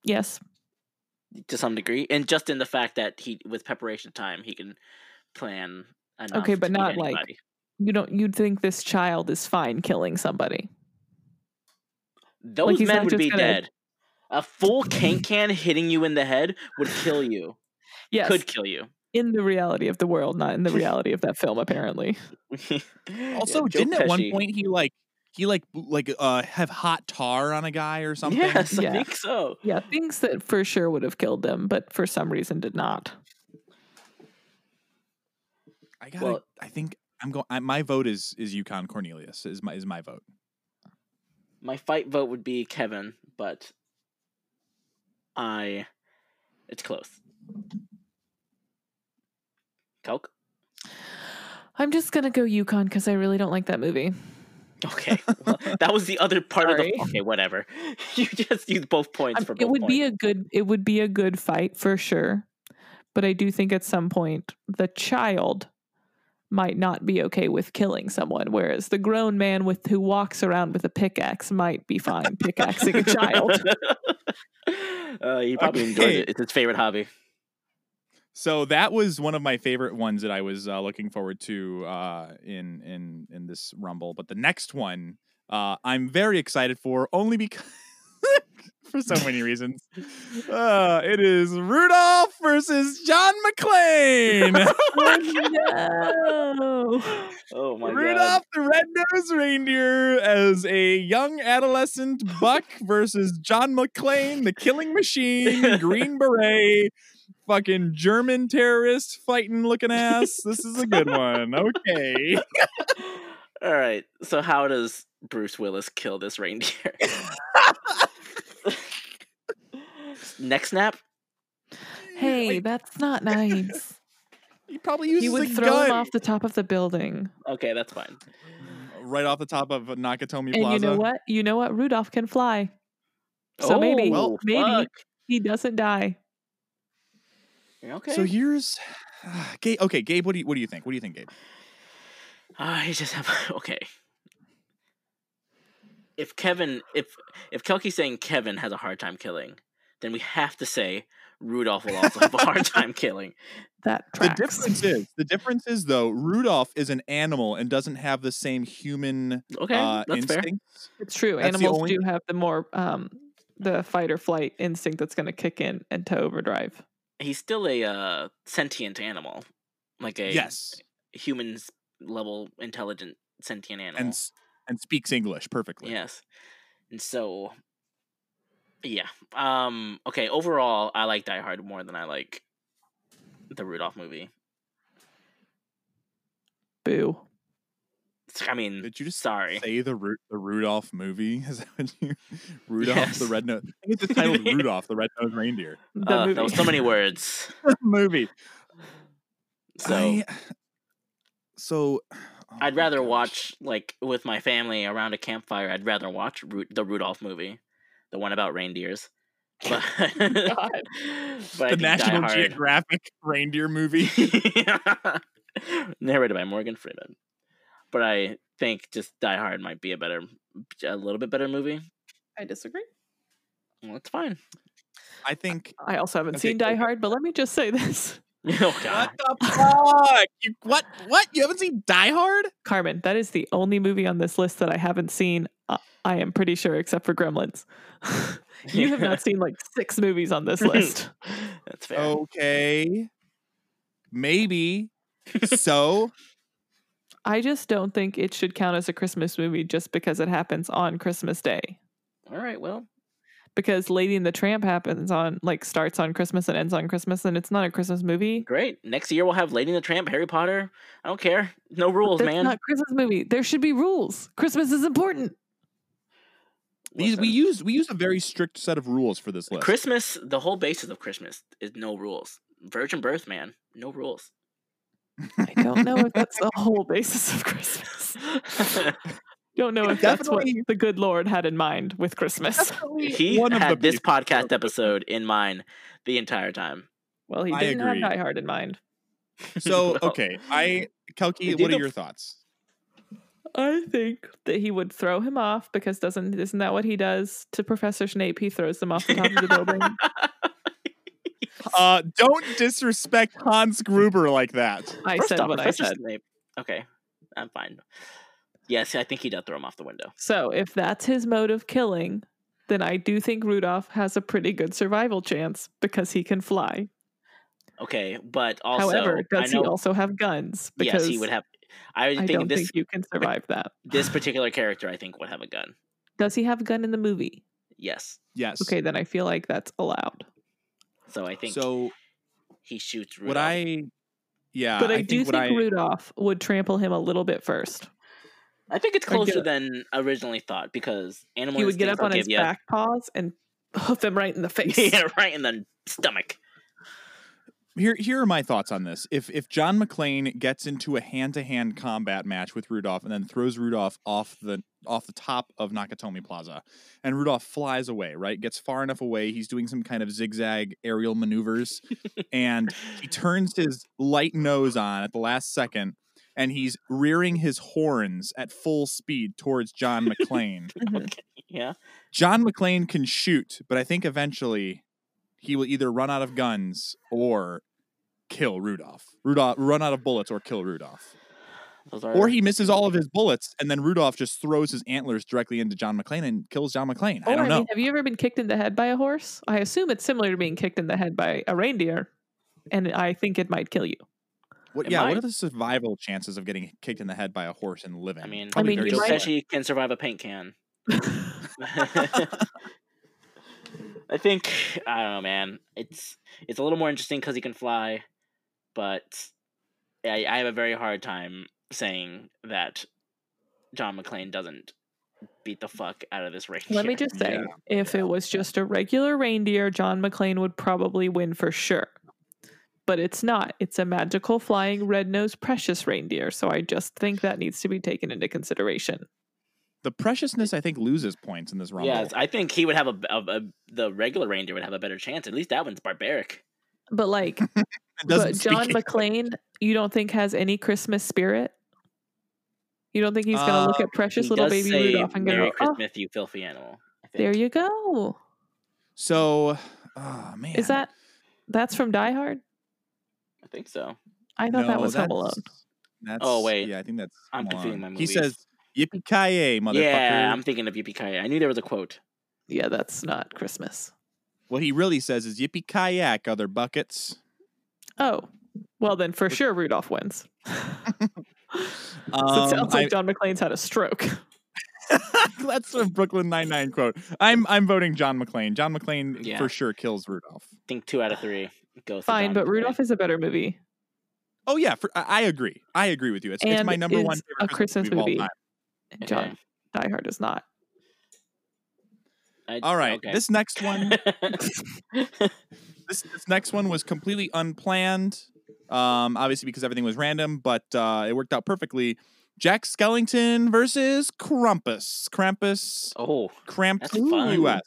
Speaker 3: Yes.
Speaker 2: To some degree, and just in the fact that he, with preparation time, he can plan. Enough
Speaker 3: Okay, but
Speaker 2: to beat
Speaker 3: not, like,
Speaker 2: anybody.
Speaker 3: You don't you'd think this child is fine killing somebody.
Speaker 2: those
Speaker 3: he's
Speaker 2: men
Speaker 3: not
Speaker 2: would
Speaker 3: just
Speaker 2: be
Speaker 3: gonna-
Speaker 2: dead. A full can can hitting you in the head would kill you.
Speaker 3: Yes.
Speaker 2: Could kill you.
Speaker 3: in the reality of the world, not in the reality of that film, apparently.
Speaker 1: also
Speaker 2: Yeah, Joe
Speaker 1: didn't at one
Speaker 2: Pesci.
Speaker 1: point he like he like b- like uh have hot tar on a guy or something.
Speaker 2: Yes,
Speaker 3: Yeah.
Speaker 2: I think so.
Speaker 3: Yeah, things that for sure would have killed them, but for some reason did not.
Speaker 1: I got. to
Speaker 2: Well-
Speaker 1: I think I'm going. I, my vote is is Yukon Cornelius. Is my is my vote.
Speaker 2: My fight vote would be Kevin, but I. It's close. Kelk?
Speaker 3: I'm just gonna go Yukon because I really don't like that movie.
Speaker 2: Okay. Well, that was the other part of
Speaker 3: Sorry.
Speaker 2: the. Okay, whatever. You just used both points
Speaker 3: Um,
Speaker 2: for both
Speaker 3: it would
Speaker 2: points.
Speaker 3: be a good it would be a good fight for sure, but I do think at some point the child might not be okay with killing someone, whereas the grown man with who walks around with a pickaxe might be fine pickaxing a child.
Speaker 2: uh, he probably enjoys
Speaker 1: Okay.
Speaker 2: it. It's his favorite hobby.
Speaker 1: So that was one of my favorite ones that I was uh, looking forward to uh, in in in this rumble. But the next one uh, I'm very excited for, only because for so many reasons. Uh, it is Rudolph versus John McClane.
Speaker 3: no.
Speaker 2: Oh my god.
Speaker 1: Rudolph the Red-Nosed Reindeer as a young adolescent buck versus John McClane, the killing machine, Green Beret, fucking German terrorist fighting looking ass. This is a good one. Okay.
Speaker 2: All right. So how does Bruce Willis kill this reindeer? Neck snap?
Speaker 3: Hey,
Speaker 1: Like,
Speaker 3: that's not nice.
Speaker 1: he probably uses
Speaker 3: he would
Speaker 1: a
Speaker 3: throw
Speaker 1: gun
Speaker 3: him off the top of the building.
Speaker 2: Okay, that's fine.
Speaker 1: right off the top of Nakatomi
Speaker 3: And
Speaker 1: Plaza.
Speaker 3: you know what? You know what? Rudolph can fly. So
Speaker 2: oh,
Speaker 3: maybe-
Speaker 2: well,
Speaker 3: maybe-
Speaker 2: fuck.
Speaker 3: He doesn't die.
Speaker 2: Okay.
Speaker 1: So here's Gabe. Okay, Gabe, what do you what do you think? What do you think, Gabe?
Speaker 2: I just have okay. If Kevin, if if Kelky's saying Kevin has a hard time killing, then we have to say Rudolph will also have a hard time killing.
Speaker 3: That
Speaker 1: The
Speaker 3: tracks.
Speaker 1: difference is the difference is though Rudolph is an animal and doesn't have the same human
Speaker 2: Okay,
Speaker 1: uh,
Speaker 2: that's fair.
Speaker 1: instincts.
Speaker 3: it's true.
Speaker 1: that's the
Speaker 3: Animals
Speaker 1: only-
Speaker 3: do have the more um the fight or flight instinct that's going to kick in and to overdrive.
Speaker 2: He's still a uh, sentient animal, like a
Speaker 1: Yes,
Speaker 2: humans level intelligent sentient animal.
Speaker 1: and s- and speaks English perfectly.
Speaker 2: Yes. And so yeah. Um okay, overall I like Die Hard more than I like the Rudolph movie.
Speaker 3: Boo.
Speaker 2: S- I mean,
Speaker 1: Did you just
Speaker 2: sorry.
Speaker 1: say the Ru- the Rudolph movie? Is that what you Rudolph the
Speaker 2: Yes.
Speaker 1: Red Nose? I think it's just titled Rudolph the Red Nosed Reindeer
Speaker 3: The
Speaker 2: Uh,
Speaker 3: movie.
Speaker 2: that was so many words.
Speaker 1: movie.
Speaker 2: So
Speaker 1: I, oh
Speaker 2: I,
Speaker 1: so oh
Speaker 2: would rather watch like with my family around a campfire. I'd rather watch Ru- the Rudolph movie, the one about reindeers. But,
Speaker 3: God.
Speaker 2: but I
Speaker 1: the
Speaker 2: think Die
Speaker 1: National
Speaker 2: Hard-
Speaker 1: Geographic reindeer movie.
Speaker 2: narrated by Morgan Freeman. But I think just Die Hard might be a better, a little bit better movie.
Speaker 3: I disagree.
Speaker 2: Well, that's fine.
Speaker 1: I think.
Speaker 3: I also haven't
Speaker 1: Okay,
Speaker 3: seen
Speaker 1: go
Speaker 3: Die
Speaker 1: ahead.
Speaker 3: Hard, but let me just say this.
Speaker 2: oh God,
Speaker 1: What the fuck? You, what? What? You haven't seen Die Hard?
Speaker 3: Carmen, that is the only movie on this list that I haven't seen. Uh, I am pretty sure except for Gremlins. you have not seen like six movies on this list.
Speaker 2: that's fair.
Speaker 1: Oh. Okay. Maybe. so
Speaker 3: I just don't think it should count as a Christmas movie just because it happens on Christmas Day.
Speaker 2: All right, well,
Speaker 3: Because Lady and the Tramp happens on like starts on Christmas and ends on Christmas, and it's not a Christmas movie.
Speaker 2: great. Next year we'll have Lady and the Tramp, Harry Potter. I don't care. No rules,
Speaker 3: That's
Speaker 2: man.
Speaker 3: not a Christmas movie. There should be rules. Christmas is important.
Speaker 1: These we
Speaker 2: Listen.
Speaker 1: use we use a very strict set of rules for this list.
Speaker 2: Christmas, the whole basis of Christmas is no rules. Virgin birth, man, no rules.
Speaker 3: I don't know if that's the whole basis of Christmas. Don't know if that's what
Speaker 1: Definitely-
Speaker 3: the good Lord had in mind with Christmas.
Speaker 2: he
Speaker 1: One of the
Speaker 2: had this
Speaker 1: people.
Speaker 2: podcast episode in mind the entire time.
Speaker 3: Well, he
Speaker 1: I
Speaker 3: didn't
Speaker 1: agree.
Speaker 3: have Die Hard in mind.
Speaker 1: So
Speaker 2: No.
Speaker 1: okay, I Kelki,
Speaker 2: Did
Speaker 1: what are
Speaker 2: the-
Speaker 1: your thoughts?
Speaker 3: I think that he would throw him off because doesn't isn't that what he does to Professor Snape? He throws them off the top of the building.
Speaker 1: Uh, don't disrespect Hans Gruber like that.
Speaker 3: I
Speaker 2: First
Speaker 3: said
Speaker 2: off,
Speaker 3: what I
Speaker 2: Professor
Speaker 3: said.
Speaker 2: Snape- Okay, I'm fine. Yes, I think he did throw him off the window.
Speaker 3: So if that's his mode of killing, then I do think Rudolph has a pretty good survival chance because he can fly.
Speaker 2: Okay, but also,
Speaker 3: However, does
Speaker 2: I know,
Speaker 3: he also have guns? Because
Speaker 2: yes, he would have. I
Speaker 3: I
Speaker 2: think
Speaker 3: don't
Speaker 2: this
Speaker 3: think you can survive that.
Speaker 2: this particular character, I think, would have a gun.
Speaker 3: Does he have a gun in the movie?
Speaker 2: Yes,
Speaker 1: Yes.
Speaker 3: Okay, then I feel like that's allowed.
Speaker 2: so I think
Speaker 1: So
Speaker 2: he shoots.
Speaker 1: what
Speaker 2: Rudolph.
Speaker 1: I, yeah,
Speaker 3: but I, do
Speaker 1: Uh, what
Speaker 3: think Rudolph would trample him a little bit first.
Speaker 2: I think it's
Speaker 3: I'd get
Speaker 2: closer
Speaker 3: up.
Speaker 2: than originally thought because animal
Speaker 3: he would get
Speaker 2: instincts
Speaker 3: up
Speaker 2: will
Speaker 3: on his
Speaker 2: give ya-
Speaker 3: back paws and hoof him right in the face.
Speaker 2: yeah, right in the stomach.
Speaker 1: here here are my thoughts on this. If if John McClane gets into a hand to hand combat match with Rudolph and then throws Rudolph off the off the top of Nakatomi Plaza, and Rudolph flies away, right? Gets far enough away, he's doing some kind of zigzag aerial maneuvers, and he turns his light nose on at the last second, and he's rearing his horns at full speed towards John McClane.
Speaker 3: Mhm.
Speaker 2: Okay, yeah.
Speaker 1: John McClane can shoot, but I think eventually he will either run out of guns or kill Rudolph. Rudolph run out of bullets or kill Rudolph.
Speaker 2: Those are
Speaker 1: Or he misses all of his bullets and then Rudolph just throws his antlers directly into John McClane and kills John McClane. I
Speaker 3: Or,
Speaker 1: don't know.
Speaker 3: Oh, mean, have you ever been kicked in the head by a horse? I assume it's similar to being kicked in the head by a reindeer, and I think it might kill you.
Speaker 1: what,
Speaker 2: it
Speaker 1: yeah, what
Speaker 2: might.
Speaker 1: are the survival chances of getting kicked in the head by a horse and living?
Speaker 2: I mean,
Speaker 3: I mean,
Speaker 1: very
Speaker 3: you
Speaker 2: Joe
Speaker 3: might-
Speaker 1: slim.
Speaker 2: said she can survive a paint can. I think I don't know, man. It's it's a little more interesting because he can fly, but I, I have a very hard time saying that John McClane doesn't beat the fuck out of this reindeer.
Speaker 3: Let me just say,
Speaker 1: Yeah,
Speaker 3: if it was just a regular reindeer, John McClane would probably win for sure. But it's not. It's a magical flying red-nosed precious reindeer, so I just think that needs to be taken into consideration.
Speaker 1: the preciousness I think loses points in this rumble.
Speaker 2: Yes, I think he would have a, a, a the regular reindeer would have a better chance. At least that one's barbaric.
Speaker 3: But like,
Speaker 1: It doesn't
Speaker 3: but
Speaker 1: speak
Speaker 3: John
Speaker 1: English.
Speaker 3: McClane, you don't think has any Christmas spirit? You don't think he's going to look
Speaker 1: Um,
Speaker 3: at precious little
Speaker 2: does
Speaker 3: baby
Speaker 2: say,
Speaker 3: Rudolph and
Speaker 2: "Merry
Speaker 3: go, "Oh,
Speaker 2: Christmas, you filthy animal." I think.
Speaker 3: there you go."
Speaker 1: So, oh man.
Speaker 3: Is that that's from Die Hard?
Speaker 2: I think so.
Speaker 3: I thought that
Speaker 1: No,
Speaker 3: was Home Alone.
Speaker 1: that's- That's,
Speaker 2: Oh, wait.
Speaker 1: yeah, I think that's.
Speaker 2: I'm
Speaker 1: Home
Speaker 2: confusing
Speaker 1: Alone.
Speaker 2: my
Speaker 1: He
Speaker 2: movies.
Speaker 1: says, "Yippee ki yay, motherfucker!"
Speaker 2: Yeah, I'm thinking of Yippee I knew there was a quote.
Speaker 3: Yeah, that's not Christmas.
Speaker 1: What he really says is, "Yippee kayak, other buckets."
Speaker 3: Oh, well then for sure Rudolph wins. So
Speaker 1: Um,
Speaker 3: it sounds
Speaker 1: I-
Speaker 3: like John McClane's had a stroke.
Speaker 1: that's sort of Brooklyn Nine Nine quote. I'm I'm voting John McClane. John McClane
Speaker 2: Yeah.
Speaker 1: for sure kills Rudolph.
Speaker 2: think two out of three goes. to
Speaker 3: Fine,
Speaker 2: John
Speaker 3: but
Speaker 2: McClane.
Speaker 3: Rudolph is a better movie.
Speaker 1: Oh yeah, for, I, I agree. I agree with you. It's, it's
Speaker 3: And
Speaker 1: my number
Speaker 3: is
Speaker 1: one
Speaker 3: a
Speaker 1: favorite
Speaker 3: Christmas
Speaker 1: of all
Speaker 3: movie.
Speaker 1: time. Eh.
Speaker 3: And
Speaker 2: Okay.
Speaker 3: John Die Hard is not.
Speaker 2: I-
Speaker 1: All right,
Speaker 2: okay.
Speaker 1: this next one, this, this next one was completely unplanned. Um, obviously because everything was random, but uh, it worked out perfectly. Jack Skellington versus Krampus. Krampus
Speaker 2: oh,
Speaker 1: Cramped
Speaker 2: That's fun.
Speaker 1: U.S.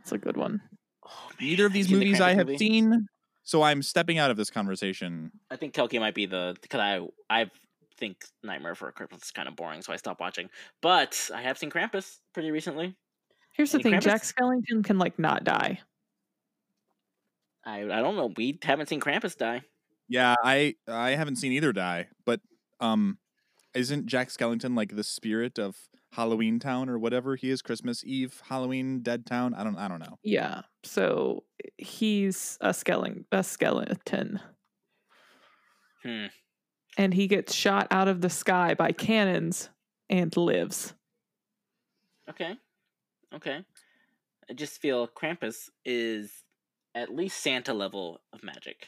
Speaker 3: It's a good one.
Speaker 2: oh, man,
Speaker 1: Neither of
Speaker 2: have
Speaker 1: these
Speaker 2: you seen the
Speaker 1: movies I
Speaker 2: Krampus
Speaker 1: have
Speaker 2: movie?
Speaker 1: seen, so I'm stepping out of this conversation.
Speaker 2: I think Kelki might be the because I I think Nightmare for Christmas is kind of boring, so I stopped watching. But I have seen Krampus pretty recently.
Speaker 3: Here's the
Speaker 2: And
Speaker 3: thing:
Speaker 2: Krampus-
Speaker 3: Jack Skellington can like not die.
Speaker 2: I I don't know. We haven't seen Krampus die.
Speaker 1: Yeah, I I haven't seen either die, but um, isn't Jack Skellington like the spirit of Halloween Town or whatever he is? Christmas Eve, Halloween, Dead Town. I don't I don't know.
Speaker 3: Yeah, so he's a skelling a skeleton,
Speaker 2: Hmm.
Speaker 3: and he gets shot out of the sky by cannons and lives.
Speaker 2: Okay. Okay. I just feel Krampus is at least Santa level of magic.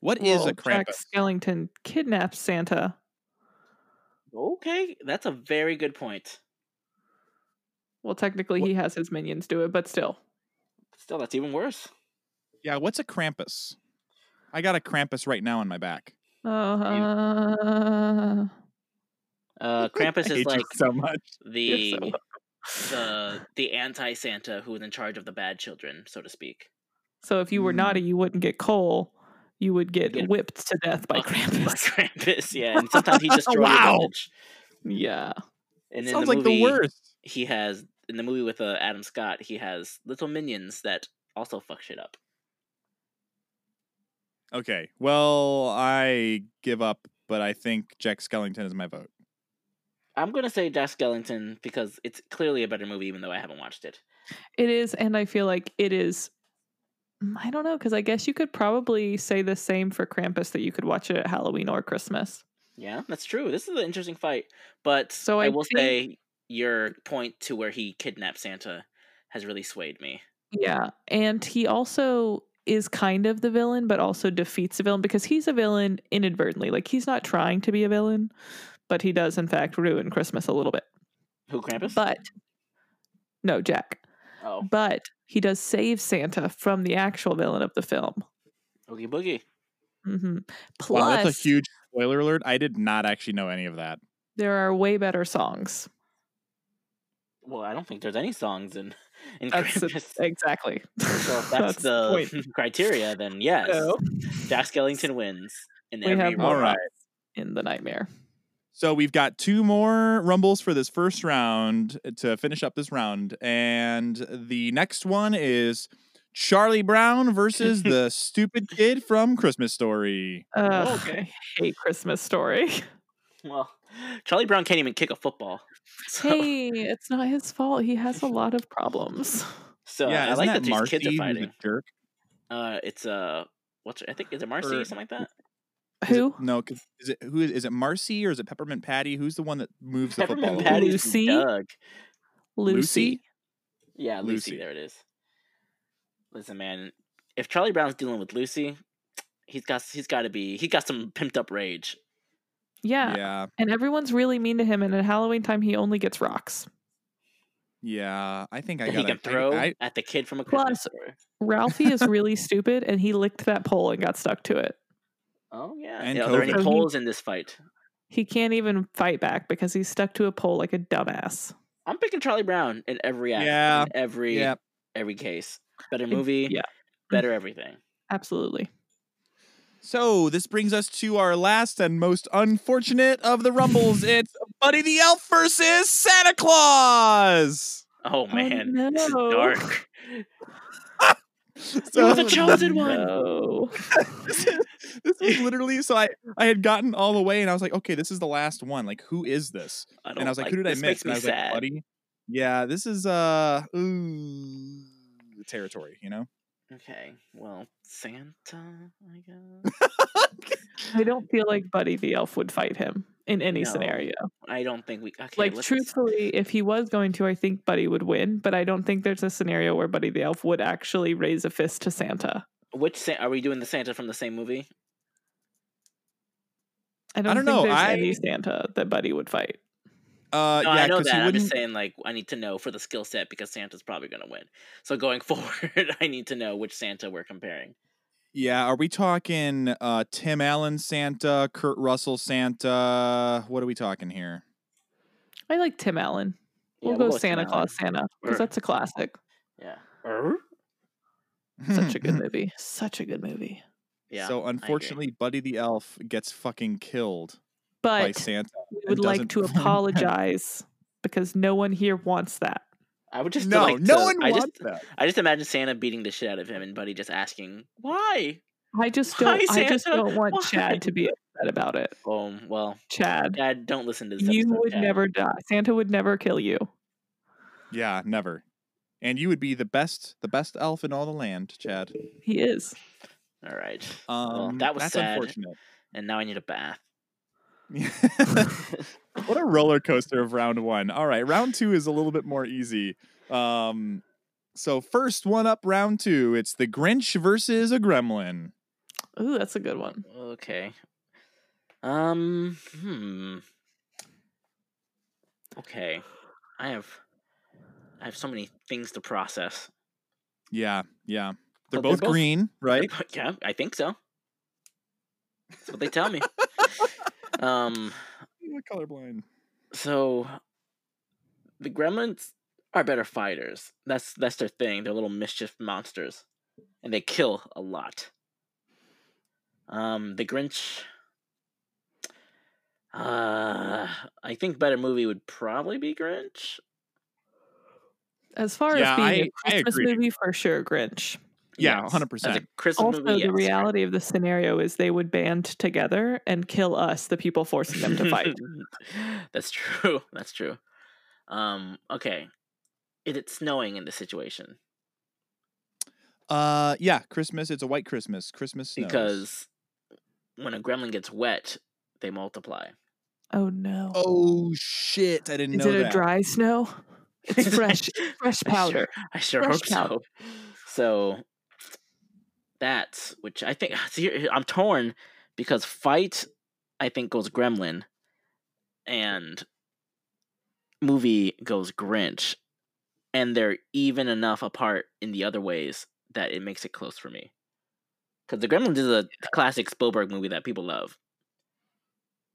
Speaker 1: What is
Speaker 3: Well,
Speaker 1: a
Speaker 3: Jack
Speaker 1: Krampus?
Speaker 3: Skellington kidnaps Santa.
Speaker 2: Okay, that's a very good point.
Speaker 3: Well, technically, he has his minions do it, but still.
Speaker 2: Still, that's even worse.
Speaker 1: Yeah, what's a Krampus? I got a Krampus right now on my back.
Speaker 3: Uh,
Speaker 2: Uh, Krampus
Speaker 1: I
Speaker 2: is
Speaker 1: hate you
Speaker 2: like
Speaker 1: so much.
Speaker 2: the
Speaker 3: so
Speaker 2: the the anti Santa who is in charge of the bad children, so to speak.
Speaker 3: so if you were
Speaker 1: Mm.
Speaker 3: naughty, you wouldn't get coal. You would get
Speaker 2: Get
Speaker 3: whipped to death by
Speaker 2: Fuck- fuck
Speaker 3: Krampus.
Speaker 2: Krampus, yeah, and sometimes he destroys
Speaker 1: Wow.
Speaker 2: a village.
Speaker 3: yeah.
Speaker 2: And in
Speaker 1: Sounds
Speaker 2: the
Speaker 1: like
Speaker 2: movie,
Speaker 1: the worst.
Speaker 2: He has in the movie with uh, Adam Scott, he has little minions that also fuck shit up.
Speaker 1: Okay. Well, I give up, but I think Jack Skellington is my vote.
Speaker 2: I'm gonna say Jack Skellington because it's clearly a better movie, even though I haven't watched it.
Speaker 3: It is, and I feel like it is. mm, I don't know because I guess you could probably say the same for Krampus that you could watch it at Halloween or Christmas.
Speaker 2: Yeah, that's true. This is an interesting fight, but
Speaker 3: So
Speaker 2: I,
Speaker 3: I
Speaker 2: will
Speaker 3: think-
Speaker 2: say your point to where he kidnapped Santa has really swayed me.
Speaker 3: Yeah, and he also is kind of the villain, but also defeats the villain because he's a villain inadvertently. Like he's not trying to be a villain, but he does in fact ruin Christmas a little bit.
Speaker 2: Who Krampus?
Speaker 3: But no, Jack.
Speaker 2: oh,
Speaker 3: But he does save Santa from the actual villain of the film.
Speaker 2: Oogie Boogie.
Speaker 3: hmm Plus,
Speaker 1: Wow, that's a huge spoiler alert. I did not actually know any of that.
Speaker 3: there are way better songs.
Speaker 2: Well, I don't think there's any songs in in
Speaker 3: That's
Speaker 2: Krampus.
Speaker 3: exactly.
Speaker 2: So if that's, the, criteria, then yes, Jack Skellington wins in
Speaker 3: we have
Speaker 2: every
Speaker 3: more
Speaker 1: All
Speaker 2: round.
Speaker 1: right.
Speaker 3: in the nightmare.
Speaker 1: So we've got two more rumbles for this first round uh, to finish up this round. And the next one is Charlie Brown versus the stupid kid from Christmas Story.
Speaker 3: Ugh,
Speaker 2: okay.
Speaker 3: I hate Christmas story.
Speaker 2: Well, Charlie Brown can't even kick a football. So,
Speaker 3: Hey, it's not his fault. He has a lot of problems.
Speaker 2: so
Speaker 1: yeah,
Speaker 2: Uh, I
Speaker 1: isn't
Speaker 2: like
Speaker 1: that
Speaker 2: that, these
Speaker 1: Marcy
Speaker 2: kids are
Speaker 1: who's
Speaker 2: fighting.
Speaker 1: a jerk?
Speaker 2: Uh, it's uh, what's her- I think is it Marcy
Speaker 1: Or-
Speaker 2: or something like that?
Speaker 1: Is it-
Speaker 3: Who?
Speaker 1: no, 'cause is it who is, is it Marcy or is it Peppermint Patty? Who's the one that moves the
Speaker 2: Peppermint
Speaker 1: football?
Speaker 3: Patty.
Speaker 2: Patty's
Speaker 3: Lucy?
Speaker 2: Doug.
Speaker 3: Lucy?
Speaker 1: Lucy?
Speaker 2: Yeah, Lucy,
Speaker 1: Lucy.
Speaker 2: There it is. Listen, man, if Charlie Brown's dealing with Lucy, he's got he's got to be he got some pimped up rage.
Speaker 3: Yeah.
Speaker 1: Yeah,
Speaker 3: And everyone's really mean to him. And at Halloween time, he only gets rocks.
Speaker 1: yeah. I think I
Speaker 2: that he
Speaker 1: got
Speaker 2: can throw at the kid from a Christmas
Speaker 3: Plus-
Speaker 2: store.
Speaker 3: Ralphie is really stupid, and he licked that pole and got stuck to it.
Speaker 2: Oh yeah.
Speaker 1: And
Speaker 2: Are there any
Speaker 3: COVID. So he-
Speaker 2: poles in this fight?
Speaker 3: He can't even fight back because he's stuck to a pole like a dumbass.
Speaker 2: I'm picking Charlie Brown in every act,
Speaker 1: Yeah,
Speaker 2: in every
Speaker 1: yeah.
Speaker 2: every case. Better movie,
Speaker 3: yeah.
Speaker 2: better everything.
Speaker 3: Absolutely.
Speaker 1: So this brings us to our last and most unfortunate of the rumbles. it's Buddy the Elf versus Santa Claus.
Speaker 2: Oh man, this is
Speaker 3: no.
Speaker 2: dark.
Speaker 1: So
Speaker 2: the chosen one.
Speaker 3: No.
Speaker 1: this is- this is literally so I I had gotten all the way and I was like, okay, this is the last one. Like, who is this?
Speaker 2: I don't
Speaker 1: And I was like, who did I
Speaker 2: this
Speaker 1: miss?
Speaker 2: Makes me
Speaker 1: And I was
Speaker 2: sad.
Speaker 1: like, Buddy. Yeah, this is uh ooh, territory, you know.
Speaker 2: Okay, well, Santa, I guess.
Speaker 3: I don't feel like Buddy the Elf would fight him in any
Speaker 2: No.
Speaker 3: scenario.
Speaker 2: I don't think we. Okay,
Speaker 3: like
Speaker 2: let's-
Speaker 3: truthfully if he was going to i think buddy would win but i don't think there's a scenario where buddy the elf would actually raise a fist to santa
Speaker 2: which Sa- are we doing the Santa from the same movie?
Speaker 3: i don't,
Speaker 1: don't
Speaker 3: think
Speaker 1: know,
Speaker 3: there's
Speaker 1: I-
Speaker 3: any santa that buddy would fight
Speaker 1: Uh,
Speaker 2: No,
Speaker 1: yeah,
Speaker 2: I know
Speaker 1: 'cause he
Speaker 2: that. I'm just
Speaker 1: wouldn't.
Speaker 2: saying, like, I need to know for the skill set because Santa's probably going to win. So going forward, I need to know which Santa we're comparing.
Speaker 1: Yeah, are we talking uh, Tim Allen Santa, Kurt Russell Santa? What are we talking here?
Speaker 3: i like tim allen
Speaker 2: Yeah,
Speaker 3: we'll, go,
Speaker 2: we'll with
Speaker 3: santa claus santa
Speaker 2: Sure.
Speaker 3: because that's a classic
Speaker 2: Yeah. Er?
Speaker 3: such a good movie such a good movie
Speaker 2: Yeah.
Speaker 1: so
Speaker 2: I agree.
Speaker 1: unfortunately, Buddy the Elf gets fucking killed by
Speaker 3: but
Speaker 1: Santa.
Speaker 3: we
Speaker 1: and
Speaker 3: would like
Speaker 1: doesn't
Speaker 3: to
Speaker 1: win.
Speaker 3: apologize because no one here wants that
Speaker 2: I would just
Speaker 1: no,
Speaker 2: like
Speaker 1: no
Speaker 2: to-
Speaker 1: one
Speaker 2: I
Speaker 1: wants
Speaker 2: just,
Speaker 1: that.
Speaker 2: I just imagine Santa beating the shit out of him and Buddy just asking, why?
Speaker 3: i just
Speaker 2: Why,
Speaker 3: don't i just
Speaker 2: Santa?
Speaker 3: don't want
Speaker 2: Why?
Speaker 3: chad to be upset about it
Speaker 2: Um, well,
Speaker 3: chad
Speaker 2: Dad, don't listen to this.
Speaker 3: you
Speaker 2: episode,
Speaker 3: would
Speaker 2: Dad.
Speaker 3: never die santa would never kill you
Speaker 1: Yeah, never. And you would be the best, the best elf in all the land, Chad.
Speaker 3: he is
Speaker 2: All right.
Speaker 1: Um,
Speaker 2: Well, that was
Speaker 1: that's
Speaker 2: sad.
Speaker 1: unfortunate.
Speaker 2: And now I need a bath.
Speaker 1: what a roller coaster of round one. All right, round two is a little bit more easy. Um, so first one up, round two. It's the Grinch versus a Gremlin.
Speaker 3: ooh that's a good one
Speaker 2: Okay. Um. Hmm. Okay. I have. I have so many things to process.
Speaker 1: Yeah, yeah. They're
Speaker 2: But Oh, they're
Speaker 1: both
Speaker 2: both-
Speaker 1: green, right?
Speaker 2: yeah, I think so. That's what they tell me. um,
Speaker 1: I'm colorblind.
Speaker 2: so the gremlins are better fighters. That's that's their thing. They're little mischief monsters, and they kill a lot. Um, the Grinch. Uh, I think better movie would probably be Grinch.
Speaker 3: As far
Speaker 1: Yeah,
Speaker 3: as being
Speaker 1: I- I
Speaker 3: a Christmas
Speaker 1: agree.
Speaker 3: movie, for sure, Grinch.
Speaker 1: Yeah,
Speaker 2: Yes.
Speaker 1: 100%.
Speaker 2: As a Christmas
Speaker 3: Also,
Speaker 2: movie,
Speaker 3: the
Speaker 2: yes.
Speaker 3: reality of the scenario is they would band together and kill us, the people forcing them to fight.
Speaker 2: That's true. That's true. Um, okay. It, it's snowing in this situation
Speaker 1: Uh, yeah, Christmas. It's a white Christmas. Christmas snows.
Speaker 2: because when a gremlin gets wet, they multiply.
Speaker 3: Oh no!
Speaker 1: oh shit, I didn't
Speaker 3: is
Speaker 1: know
Speaker 3: it a
Speaker 1: that.
Speaker 3: dry snow? It's fresh, fresh
Speaker 2: I sure-
Speaker 3: powder.
Speaker 2: I sure
Speaker 3: Fresh
Speaker 2: hope so. So that's which I think see, here- I'm torn because fight I think goes gremlin and movie goes Grinch and they're even enough apart in the other ways that it makes it close for me. Cuz the Gremlins is a classic Spielberg movie that people love.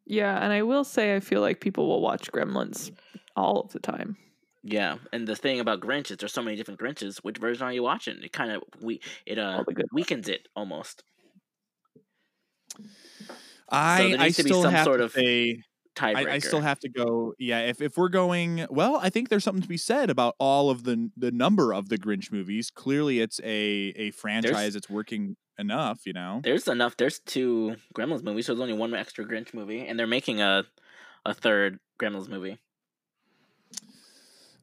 Speaker 3: Yeah, and I will say I feel like people will watch Gremlins all of the time.
Speaker 2: Yeah, and the thing about Grinch is there's so many different Grinches. Which version are you watching? It kind of we it
Speaker 1: Oh
Speaker 2: uh
Speaker 3: All the good.
Speaker 2: weakens it almost.
Speaker 1: I,
Speaker 2: there
Speaker 1: I
Speaker 2: needs to be
Speaker 1: still
Speaker 2: some
Speaker 1: have
Speaker 2: sort
Speaker 1: to
Speaker 2: of
Speaker 1: say- I,
Speaker 2: Tiebreaker.
Speaker 1: I still have to go. Yeah, if, if we're going, well, I think there's something to be said about all of the the number of the Grinch movies. Clearly, it's a a franchise that's working enough. You know,
Speaker 2: There's enough. There's two Gremlins movies, so there's only one extra Grinch movie, and they're making a a third Gremlins movie.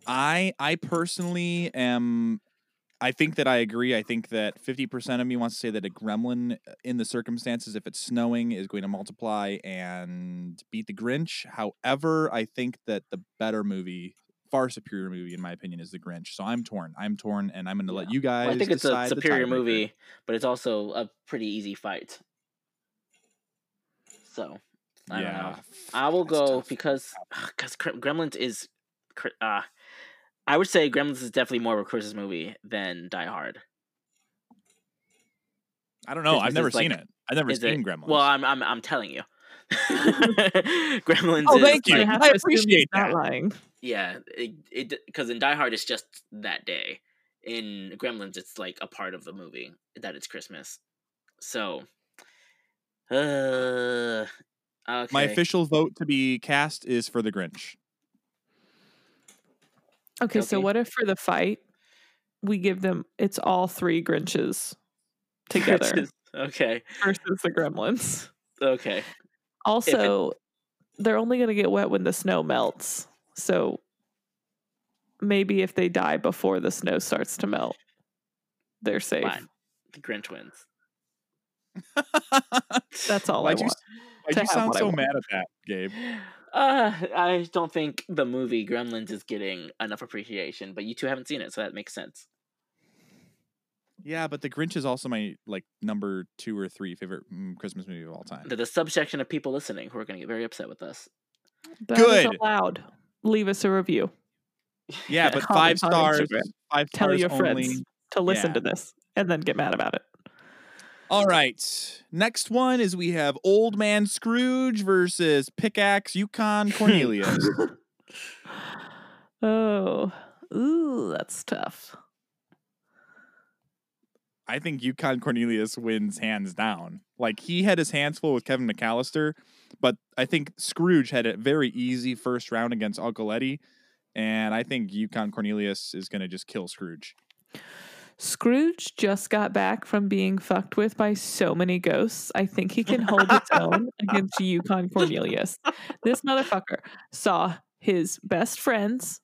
Speaker 1: I I personally am. I think that I agree. I think that 50% of me wants to say that a gremlin uh, in the circumstances, if it's snowing, is going to multiply and beat the Grinch. However, I think that the better movie, far superior movie, in my opinion, is the Grinch. So I'm torn. I'm torn, and I'm going to let
Speaker 2: Yeah.
Speaker 1: you guys.
Speaker 2: Well, I think it's a
Speaker 1: decide the
Speaker 2: superior
Speaker 1: tiebreaker.
Speaker 2: movie, but it's also a pretty easy fight. So I don't know. I will
Speaker 1: that's
Speaker 2: go
Speaker 1: tough.
Speaker 2: because because Gremlins is, cr- uh, I would say Gremlins is definitely more of a Christmas movie than Die Hard.
Speaker 1: I don't know.
Speaker 2: Christmas
Speaker 1: I've never
Speaker 2: is, like,
Speaker 1: seen it. I've never
Speaker 2: is
Speaker 1: seen
Speaker 2: it-
Speaker 1: Gremlins.
Speaker 2: Well, I'm I'm I'm telling you, Gremlins.
Speaker 1: Oh,
Speaker 2: is
Speaker 1: thank you.
Speaker 2: like-
Speaker 3: I, have
Speaker 1: I
Speaker 3: to assume
Speaker 1: appreciate
Speaker 3: he's not
Speaker 1: that.
Speaker 3: lying.
Speaker 2: Yeah, it it because in Die Hard it's just that day. In Gremlins, it's like a part of the movie that it's Christmas. So, uh, okay.
Speaker 1: my official vote to be cast is for the Grinch.
Speaker 3: Okay, so
Speaker 2: Guilty.
Speaker 3: what if for the fight we give them it's all three Grinches together
Speaker 2: Versus- okay,
Speaker 3: versus the Gremlins?
Speaker 2: okay,
Speaker 3: Also, they're only going to get wet when the snow melts. So maybe if they die before the snow starts to melt, they're safe.
Speaker 2: fine. The Grinch wins.
Speaker 3: That's all I
Speaker 1: Why'd you,
Speaker 3: want.
Speaker 1: why'd
Speaker 3: to
Speaker 1: you
Speaker 3: have
Speaker 1: sound
Speaker 3: what I
Speaker 1: so
Speaker 3: want.
Speaker 1: mad at that, Gabe?
Speaker 2: Uh, I don't think the movie Gremlins is getting enough appreciation, but you two haven't seen it, so that makes sense.
Speaker 1: Yeah, but The Grinch is also my like number two or three favorite mm, Christmas movie of all time.
Speaker 2: There's a subsection of people listening who are going to get very upset with us.
Speaker 3: That is
Speaker 1: Good.
Speaker 3: allowed. Leave us a review
Speaker 1: yeah, but
Speaker 3: Comment
Speaker 1: five
Speaker 3: on
Speaker 1: stars.
Speaker 3: Instagram.
Speaker 1: Five
Speaker 3: Tell
Speaker 1: stars
Speaker 3: your friends.
Speaker 1: only.
Speaker 3: to listen
Speaker 1: Yeah.
Speaker 3: to this and then get mad about it.
Speaker 1: All right. Next one is we have Old Man Scrooge versus Pickaxe Yukon Cornelius.
Speaker 3: Oh, ooh, that's tough.
Speaker 1: I think Yukon Cornelius wins hands down. Like he had his hands full with Kevin McAllister, but I think Scrooge had a very easy first round against Uncle Eddie, and I think Yukon Cornelius is going to just kill Scrooge.
Speaker 3: Scrooge just got back from being fucked with by so many ghosts. I think he can hold his own against Yukon Cornelius. This motherfucker saw his best friends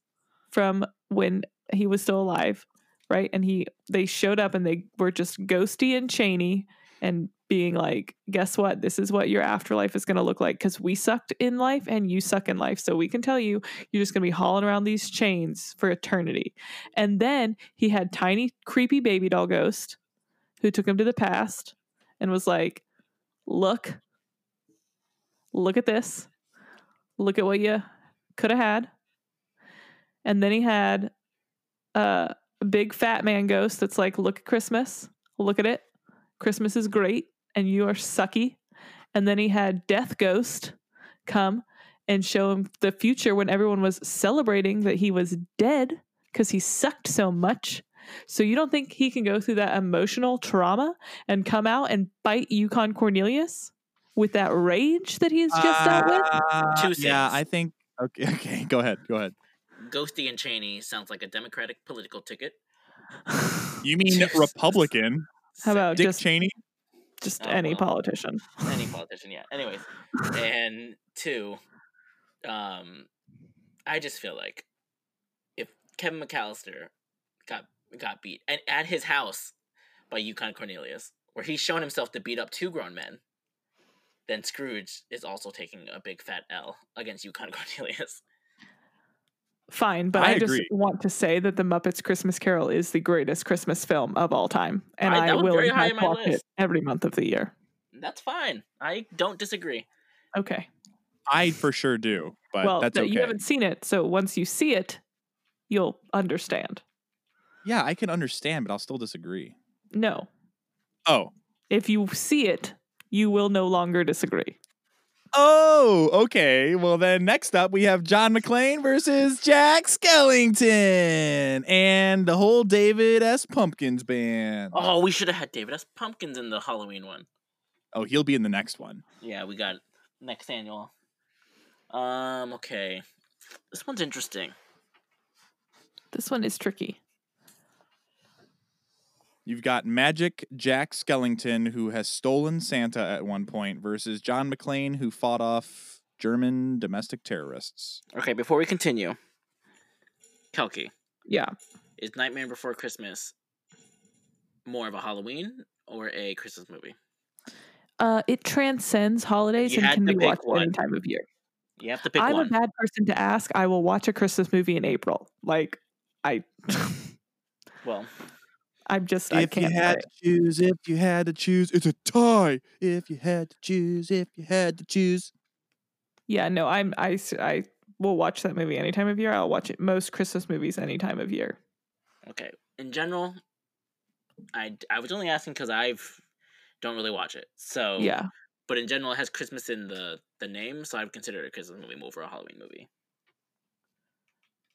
Speaker 3: from when he was still alive, right? And he they showed up and they were just ghosty and chainy and being like, guess what? This is what your afterlife is gonna look like. Cause we sucked in life and you suck in life. So we can tell you you're just gonna be hauling around these chains for eternity. And then he had tiny, creepy baby doll ghost who took him to the past and was like, Look, look at this. Look at what you could have had. And then he had uh, a big fat man ghost that's like, look at Christmas, look at it. Christmas is great, and you are sucky. And then he had Death Ghost come and show him the future when everyone was celebrating that he was dead because he sucked so much. So you don't think he can go through that emotional trauma and come out and bite Yukon Cornelius with that rage that he's just dealt with?
Speaker 2: Two
Speaker 1: Uh, yeah,
Speaker 2: things.
Speaker 1: I think. Okay, okay, go ahead, go ahead.
Speaker 2: Ghosty and Cheney sounds like a Democratic political ticket.
Speaker 1: You mean
Speaker 2: Jesus.
Speaker 1: Republican?
Speaker 3: How about
Speaker 1: Dick
Speaker 3: just
Speaker 1: Cheney?
Speaker 3: just
Speaker 2: Oh,
Speaker 3: any
Speaker 2: well.
Speaker 3: politician?
Speaker 2: any politician yeah anyways and two um i just feel like if kevin mcallister got got beat and at his house by yukon cornelius where he's shown himself to beat up two grown men then scrooge is also taking a big fat l against yukon cornelius
Speaker 3: Fine, but I,
Speaker 1: I
Speaker 3: just
Speaker 1: agree.
Speaker 3: want to say that the Muppets Christmas Carol is the greatest Christmas film of all time, and
Speaker 2: I-
Speaker 3: I,
Speaker 2: that was
Speaker 3: will
Speaker 2: very
Speaker 3: in
Speaker 2: high on
Speaker 3: fact
Speaker 2: my
Speaker 3: watch it
Speaker 2: list.
Speaker 3: every month of the year.
Speaker 2: that's fine i don't disagree
Speaker 3: Okay.
Speaker 1: I for sure do, but
Speaker 3: well,
Speaker 1: that's
Speaker 3: th-
Speaker 1: okay.
Speaker 3: you haven't seen it, so once you see it, you'll understand.
Speaker 1: Yeah, I can understand, but I'll still disagree.
Speaker 3: No,
Speaker 1: Oh,
Speaker 3: if you see it, you will no longer disagree.
Speaker 1: oh, okay. Well, then next up we have John McClane versus Jack Skellington and the whole David S. Pumpkins band.
Speaker 2: oh we should have had david s pumpkins in the halloween one
Speaker 1: Oh, he'll be in the next one.
Speaker 2: Yeah, we got next annual. Um, okay. This one's interesting.
Speaker 3: This one is tricky.
Speaker 1: You've got Magic Jack Skellington, who has stolen Santa at one point, versus John McClane, who fought off German domestic terrorists.
Speaker 2: Okay, before we continue, Kelky,
Speaker 3: Yeah.
Speaker 2: is Nightmare Before Christmas more of a Halloween or a Christmas movie?
Speaker 3: Uh, it transcends holidays
Speaker 2: You
Speaker 3: and
Speaker 2: had
Speaker 3: can
Speaker 2: to
Speaker 3: be
Speaker 2: pick
Speaker 3: watched
Speaker 2: one.
Speaker 3: any time of year.
Speaker 2: You have to pick
Speaker 3: I'm
Speaker 2: one.
Speaker 3: a bad person to ask. I will watch a Christmas movie in April. Like I,
Speaker 2: well,
Speaker 3: I'm just I can't. say.
Speaker 1: to choose, if you had to choose, it's a tie. If you had to choose, if you had to choose.
Speaker 3: Yeah, no, I'm I s- I will watch that movie any time of year. I'll watch it most Christmas movies any time of year.
Speaker 2: okay. In general, I, I was only asking because I've don't really watch it. So
Speaker 3: Yeah,
Speaker 2: but in general, it has Christmas in the the name, so I would consider it a Christmas movie over a Halloween movie.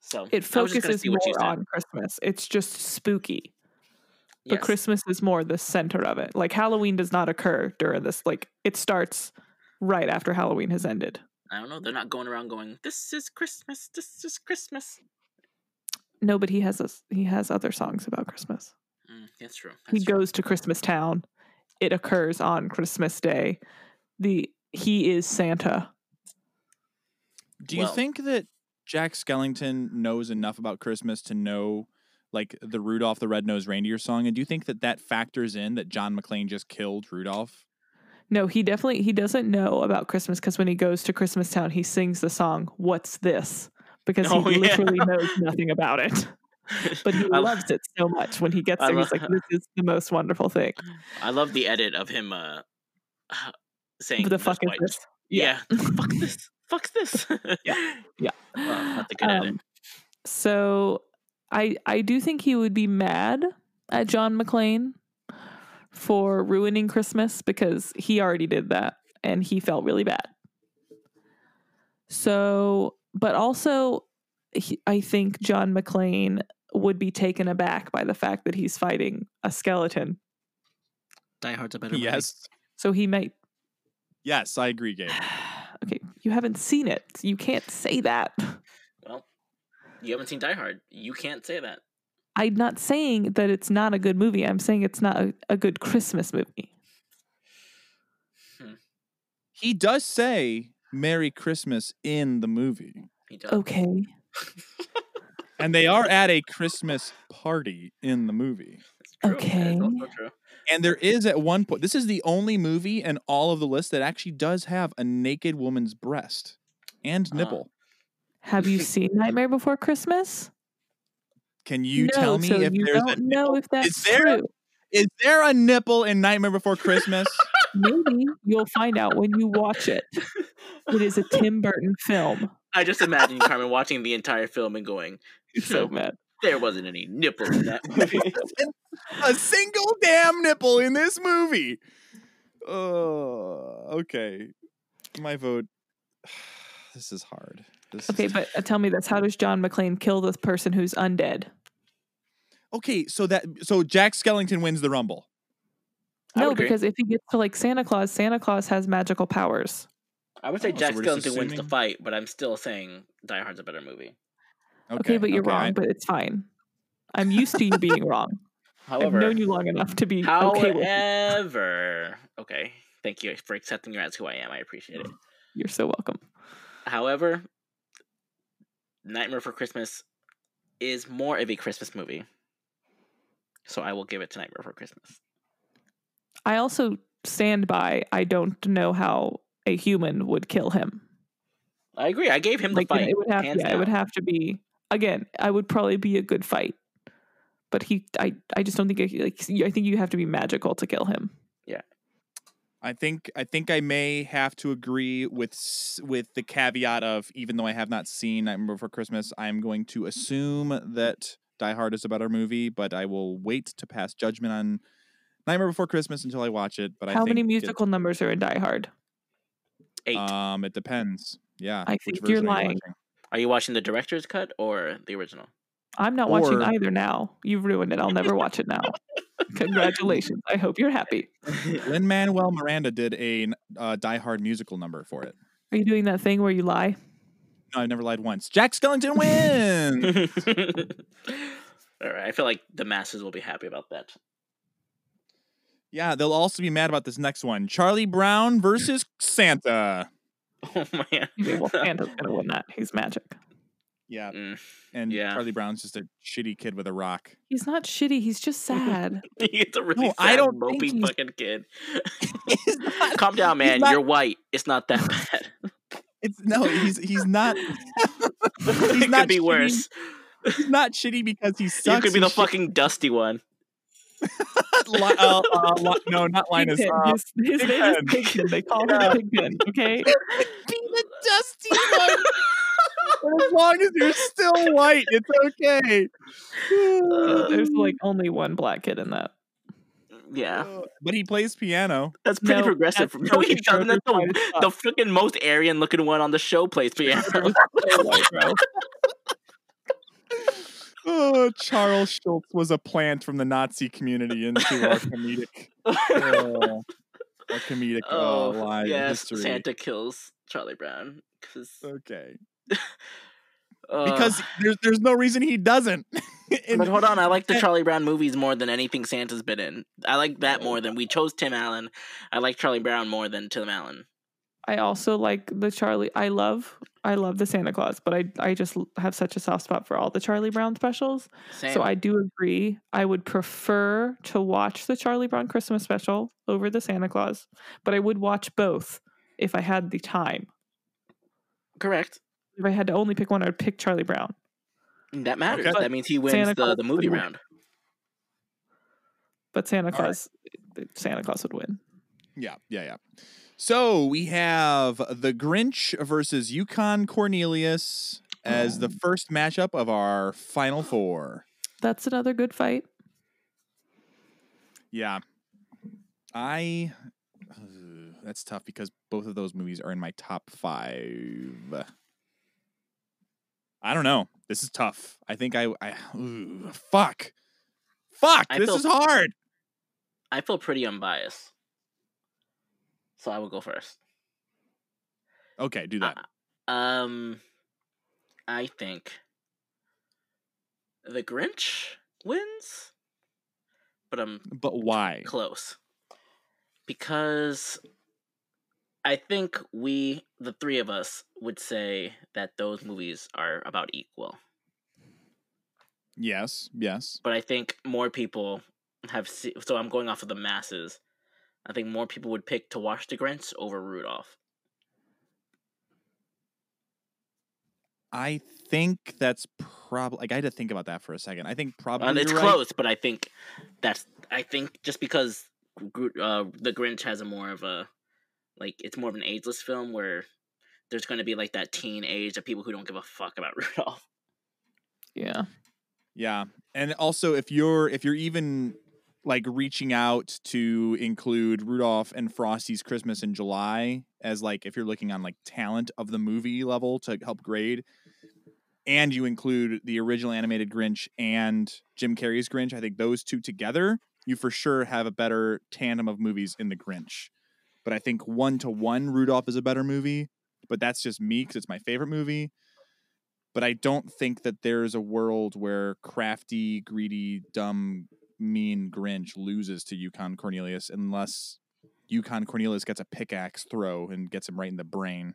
Speaker 2: So
Speaker 3: it
Speaker 2: I was just gonna
Speaker 3: focuses
Speaker 2: see what you
Speaker 3: more
Speaker 2: said.
Speaker 3: on Christmas. It's just spooky, but
Speaker 2: Yes.
Speaker 3: Christmas is more the center of it. Like Halloween does not occur during this. Like it starts right after Halloween has ended.
Speaker 2: I don't know. They're not going around going, "This is Christmas. This is Christmas."
Speaker 3: No, but he has a, s- he has other songs about Christmas.
Speaker 2: Mm, that's true.
Speaker 3: he
Speaker 2: That's true.
Speaker 3: goes to Christmas Town. It occurs on Christmas Day. The he is Santa.
Speaker 1: Do you
Speaker 2: Well-
Speaker 1: think that Jack Skellington knows enough about Christmas to know, like, the Rudolph the Red-Nosed Reindeer song? And do you think that that factors in that John McClane just killed Rudolph?
Speaker 3: No, he definitely he doesn't know about Christmas because when he goes to Christmas Town, he sings the song "What's This" because
Speaker 2: Oh,
Speaker 3: he
Speaker 2: yeah.
Speaker 3: literally knows nothing about it. But he
Speaker 2: I, lo-
Speaker 3: loves it so much when he gets
Speaker 2: I
Speaker 3: there. He's
Speaker 2: lo-
Speaker 3: like, "This is the most wonderful thing."
Speaker 2: I love the edit of him uh, saying,
Speaker 3: The
Speaker 2: "Those
Speaker 3: fuck is
Speaker 2: white-
Speaker 3: this?
Speaker 2: Yeah. fuck this. Fuck this." yeah. Well, that's a good
Speaker 3: Um,
Speaker 2: edit.
Speaker 3: So I I do think he would be mad at John McClane for ruining Christmas because he already did that and he felt really bad. So, but also he, I think John McClane would be taken aback by the fact that he's fighting a skeleton.
Speaker 2: Die Hard's a better
Speaker 1: Yes.
Speaker 3: So he might
Speaker 1: Yes, I agree, Gabe.
Speaker 3: Okay, you haven't seen it. You can't say that.
Speaker 2: Well, you haven't seen Die Hard. You can't say that.
Speaker 3: I'm not saying that it's not a good movie. I'm saying it's not a, a good Christmas movie.
Speaker 1: He does say Merry Christmas in the movie.
Speaker 2: He does.
Speaker 3: Okay.
Speaker 1: And they are at a Christmas party in the movie.
Speaker 2: It's true.
Speaker 3: okay.
Speaker 2: It's also true.
Speaker 1: And there is at one point, this is the only movie in all of the list that actually does have a naked woman's breast and
Speaker 2: Ah.
Speaker 1: nipple.
Speaker 3: Have you seen Nightmare Before Christmas?
Speaker 1: Can you
Speaker 3: no,
Speaker 1: tell me
Speaker 3: so
Speaker 1: if
Speaker 3: you
Speaker 1: there's
Speaker 3: don't
Speaker 1: a
Speaker 3: know
Speaker 1: nipple?
Speaker 3: if that's
Speaker 1: there a-
Speaker 3: true.
Speaker 1: Is there a nipple in Nightmare Before Christmas?
Speaker 3: Maybe you'll find out when you watch it. It is a Tim Burton film.
Speaker 2: I just imagine Carmen watching the entire film and going, "Hmm,
Speaker 3: He's so mad.
Speaker 2: There wasn't any nipple in that movie.
Speaker 1: a single damn nipple in this movie. Oh, okay. My vote. This is hard. This
Speaker 3: Okay,
Speaker 1: Is...
Speaker 3: but uh, tell me this: How does John McClane kill this person who's undead?
Speaker 1: Okay, so that so Jack Skellington wins the Rumble.
Speaker 2: I
Speaker 3: No,
Speaker 2: would agree.
Speaker 3: because if he gets to like Santa Claus, Santa Claus has magical powers.
Speaker 2: I would say
Speaker 1: Oh, so
Speaker 2: Jack
Speaker 1: we're
Speaker 2: Skellington
Speaker 1: just
Speaker 2: wins the
Speaker 1: assuming-
Speaker 2: fight, but I'm still saying Die Hard's a better movie.
Speaker 3: Okay, but you're
Speaker 1: okay,
Speaker 3: wrong,
Speaker 1: I-
Speaker 3: but it's fine. I'm used to you being wrong. I've
Speaker 2: However,
Speaker 3: known you long enough to be okay with it.
Speaker 2: however, okay, thank you for accepting me as who I am. I appreciate it.
Speaker 3: You're so welcome.
Speaker 2: However, Nightmare for Christmas is more of a Christmas movie. So I will give it to Nightmare for Christmas.
Speaker 3: I also stand by I don't know how a human would kill him.
Speaker 2: I agree. I gave him the
Speaker 3: Like
Speaker 2: fight.
Speaker 3: it would have
Speaker 2: hands
Speaker 3: yeah, it would
Speaker 2: down.
Speaker 3: have to be again, I would probably be a good fight. But he I I just don't think it, like I think you have to be magical to kill him.
Speaker 1: I think I think I may have to agree with s- with the caveat of even though I have not seen Nightmare Before Christmas, I am going to assume that Die Hard is a better movie, but I will wait to pass judgment on Nightmare Before Christmas until I watch it. But I
Speaker 3: how many
Speaker 1: think it-
Speaker 3: musical numbers are in Die Hard?
Speaker 2: Eight.
Speaker 1: Um, it depends. Yeah,
Speaker 3: I
Speaker 1: which
Speaker 3: think
Speaker 1: version
Speaker 3: you're
Speaker 1: are you
Speaker 3: lying.
Speaker 1: watching?
Speaker 2: Are you watching the director's cut or the original?
Speaker 3: I'm not watching
Speaker 1: Or-
Speaker 3: either now. You've ruined it. I'll never watch it now. Congratulations. I hope you're happy.
Speaker 1: Lin Manuel Miranda did a n- uh, Die Hard musical number for it.
Speaker 3: Are you doing that thing where you lie?
Speaker 1: No, I've never lied once. Jack Skellington wins.
Speaker 2: All right. I feel like the masses will be happy about that.
Speaker 1: yeah, they'll also be mad about this next one: Charlie Brown versus Santa.
Speaker 2: Oh man.
Speaker 3: Well, Santa's gonna win that. He's magic.
Speaker 1: Yeah,
Speaker 2: Mm.
Speaker 1: and
Speaker 2: Yeah.
Speaker 1: Charlie Brown's just a shitty kid with a rock.
Speaker 3: He's not shitty. He's just sad.
Speaker 2: it's a really
Speaker 1: No,
Speaker 2: sad,
Speaker 1: I don't think
Speaker 2: mopey
Speaker 1: he's-
Speaker 2: fucking kid. Calm down, man.
Speaker 1: not-
Speaker 2: You're white. It's not that bad.
Speaker 1: It's no, he's he's not
Speaker 2: it could
Speaker 1: not
Speaker 2: be
Speaker 1: shitty.
Speaker 2: worse.
Speaker 1: he's not shitty because he sucks.
Speaker 2: You could be the
Speaker 1: he's shitty-
Speaker 2: fucking dusty one.
Speaker 1: Li- uh, uh, Li- no, not Linus.
Speaker 3: Pigpen.
Speaker 1: Uh,
Speaker 3: his his name is
Speaker 1: Pigpen.
Speaker 3: Pigpen. They call him Pigpen.
Speaker 1: be
Speaker 3: Okay.
Speaker 1: the dusty one. as long as you're still white, it's okay.
Speaker 2: Uh,
Speaker 3: There's like only one black kid in that.
Speaker 2: Yeah,
Speaker 1: But he plays piano.
Speaker 2: that's pretty
Speaker 3: No,
Speaker 2: progressive.
Speaker 3: that's
Speaker 2: no, he
Speaker 3: Joseph
Speaker 2: doesn't. That's
Speaker 3: Schroeder's
Speaker 2: the,
Speaker 3: side
Speaker 2: the freaking most Aryan looking one on the show plays piano.
Speaker 3: So white, bro.
Speaker 1: Oh, Charles Schultz was a plant from the Nazi community into our comedic, uh, our comedic uh,
Speaker 2: oh,
Speaker 1: live
Speaker 2: yes,
Speaker 1: history.
Speaker 2: Santa kills Charlie Brown 'cause,
Speaker 1: Okay,
Speaker 2: uh,
Speaker 1: because there's there's no reason he doesn't. And-
Speaker 2: But hold on, I like the
Speaker 1: and-
Speaker 2: Charlie Brown movies more than anything Santa's been in. I like that more than we chose Tim Allen. I like Charlie Brown more than Tim Allen.
Speaker 3: I also like the Charlie. I love. I love the Santa Claus, but I I just l- have such a soft spot for all the Charlie Brown specials.
Speaker 2: Same.
Speaker 3: So I do agree. I would prefer to watch the Charlie Brown Christmas special over the Santa Claus, but I would watch both if I had the time.
Speaker 2: correct.
Speaker 3: If I had to only pick one, I would pick Charlie Brown.
Speaker 2: That matters.
Speaker 1: Okay.
Speaker 2: That means he wins
Speaker 3: Santa
Speaker 2: the,
Speaker 3: Claus
Speaker 2: the movie
Speaker 3: would win.
Speaker 2: round.
Speaker 3: But Santa
Speaker 1: right.
Speaker 3: Claus, eh, Santa Claus would win.
Speaker 1: Yeah, yeah, yeah. So we have the Grinch versus Yukon Cornelius as
Speaker 2: Oh.
Speaker 1: the first matchup of our final four.
Speaker 3: That's another good fight.
Speaker 1: Yeah. I that's tough because both of those movies are in my top 5. I don't know. This is tough. I think I I ooh, fuck. Fuck.
Speaker 2: I
Speaker 1: this
Speaker 2: feel-
Speaker 1: is hard.
Speaker 2: I feel pretty unbiased. So I will go first.
Speaker 1: Okay, do that.
Speaker 2: Um I think the Grinch wins, but I'm
Speaker 1: But why?
Speaker 2: close. Because I think we the three of us would say that those movies are about equal.
Speaker 1: Yes. Yes.
Speaker 2: but I think more people have se- so I'm going off of the masses. I think more people would pick to watch the Grinch over Rudolph.
Speaker 1: I think that's probably like I had to think about that for a second. I think probably
Speaker 2: And it's
Speaker 1: you're right.
Speaker 2: close, but I think that's I think just because Gr- uh, the Grinch has a more of a like it's more of an ageless film where there's going to be like that teen age of people who don't give a fuck about Rudolph.
Speaker 3: Yeah.
Speaker 1: Yeah. And also if you're if you're even like reaching out to include Rudolph and Frosty's Christmas in July as like if you're looking on like talent of the movie level to help grade and you include the original animated Grinch and Jim Carrey's Grinch, I think those two together, you for sure have a better tandem of movies in the Grinch. But I think one to one Rudolph is a better movie, but that's just me cuz it's my favorite movie but I don't think that there's a world where crafty, greedy, dumb, mean Grinch loses to Yukon Cornelius unless Yukon Cornelius gets a pickaxe throw and gets him right in the brain.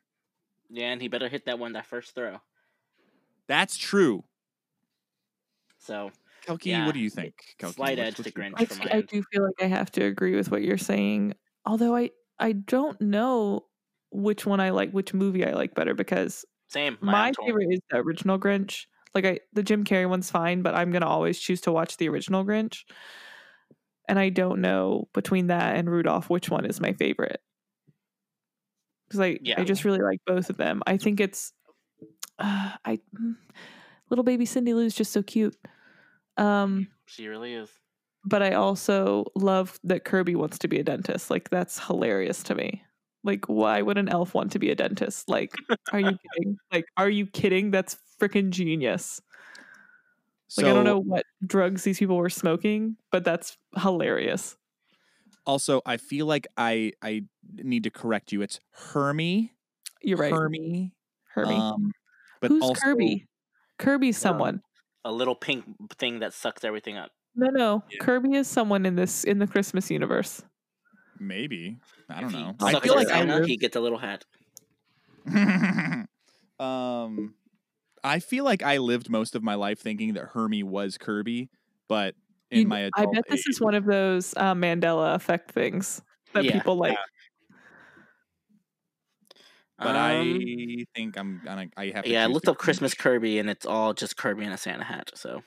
Speaker 2: Yeah, and he better hit that one that first throw.
Speaker 1: That's true.
Speaker 2: So
Speaker 1: Kelki,
Speaker 2: Yeah.
Speaker 1: what do you think? Kelki,
Speaker 2: Slight
Speaker 1: What's-
Speaker 2: edge
Speaker 1: what's
Speaker 2: to
Speaker 1: your
Speaker 2: Grinch
Speaker 3: I,
Speaker 1: thoughts?
Speaker 2: for
Speaker 3: f-
Speaker 2: my
Speaker 3: I
Speaker 2: end.
Speaker 3: do feel like I have to agree with what you're saying. Although I I don't know which one I like, which movie I like better because
Speaker 2: same.
Speaker 3: my
Speaker 2: Antoine.
Speaker 3: favorite is the original Grinch. Like I the Jim Carrey one's fine, but I'm gonna always choose to watch the original Grinch. And I don't know between that and Rudolph which one is my favorite. Because I
Speaker 2: Yeah.
Speaker 3: I just really like both of them. I think it's uh, I mm, little baby Cindy Lou's just so cute. Um
Speaker 2: She really is.
Speaker 3: but I also love that Kirby wants to be a dentist. Like that's hilarious to me. Like why would an elf want to be a dentist? Like are you kidding? Like are you kidding? That's freaking genius. Like I
Speaker 1: So-
Speaker 3: don't know what drugs these people were smoking, but that's hilarious.
Speaker 1: Also, I feel like I I need to correct you. It's Hermie.
Speaker 3: You're right.
Speaker 1: Hermie.
Speaker 3: Kirby.
Speaker 1: Um, but
Speaker 3: Who's
Speaker 1: also,
Speaker 3: Kirby? Kirby's someone.
Speaker 2: A little pink thing that sucks everything up.
Speaker 3: No, no.
Speaker 1: Yeah.
Speaker 3: Kirby is someone in this in the Christmas universe.
Speaker 1: Maybe I don't
Speaker 2: If he
Speaker 1: know.
Speaker 3: I
Speaker 2: sucks
Speaker 3: feel like I
Speaker 2: everything up,
Speaker 3: live-
Speaker 2: he gets a little hat.
Speaker 1: um, I feel like I lived most of my life thinking that Hermie was Kirby, but in
Speaker 3: You-
Speaker 1: my
Speaker 3: I
Speaker 1: adult
Speaker 3: bet this
Speaker 1: age-
Speaker 3: is one of those uh, Mandela effect things that
Speaker 2: Yeah.
Speaker 3: people like.
Speaker 1: but
Speaker 2: Um,
Speaker 1: I think I'm gonna. I have. To
Speaker 2: yeah, I
Speaker 1: choose
Speaker 2: looked
Speaker 1: the
Speaker 2: up Christmas Kirby, and it's all just Kirby in a Santa hat. So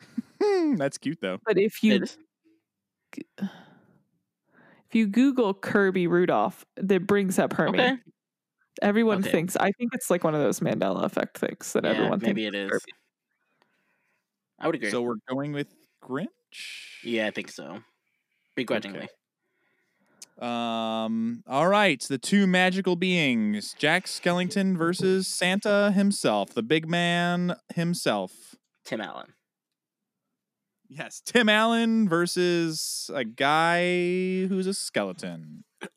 Speaker 1: Grinch. Hmm, That's cute though.
Speaker 3: But if you
Speaker 2: it is-
Speaker 3: If you Google Kirby Rudolph, that brings up Hermie.
Speaker 2: okay.
Speaker 3: Everyone
Speaker 2: Okay.
Speaker 3: thinks. I think it's like one of those Mandela effect things that
Speaker 2: Yeah,
Speaker 3: everyone thinks.
Speaker 2: maybe it is.
Speaker 3: Kirby.
Speaker 2: I would agree.
Speaker 1: So we're going with Grinch.
Speaker 2: yeah, I think so. Begrudgingly.
Speaker 1: Um. All right. The two magical beings, Jack Skellington versus Santa himself, the big man himself.
Speaker 2: Tim Allen.
Speaker 1: Yes, Tim Allen versus a guy who's a skeleton.
Speaker 2: uh,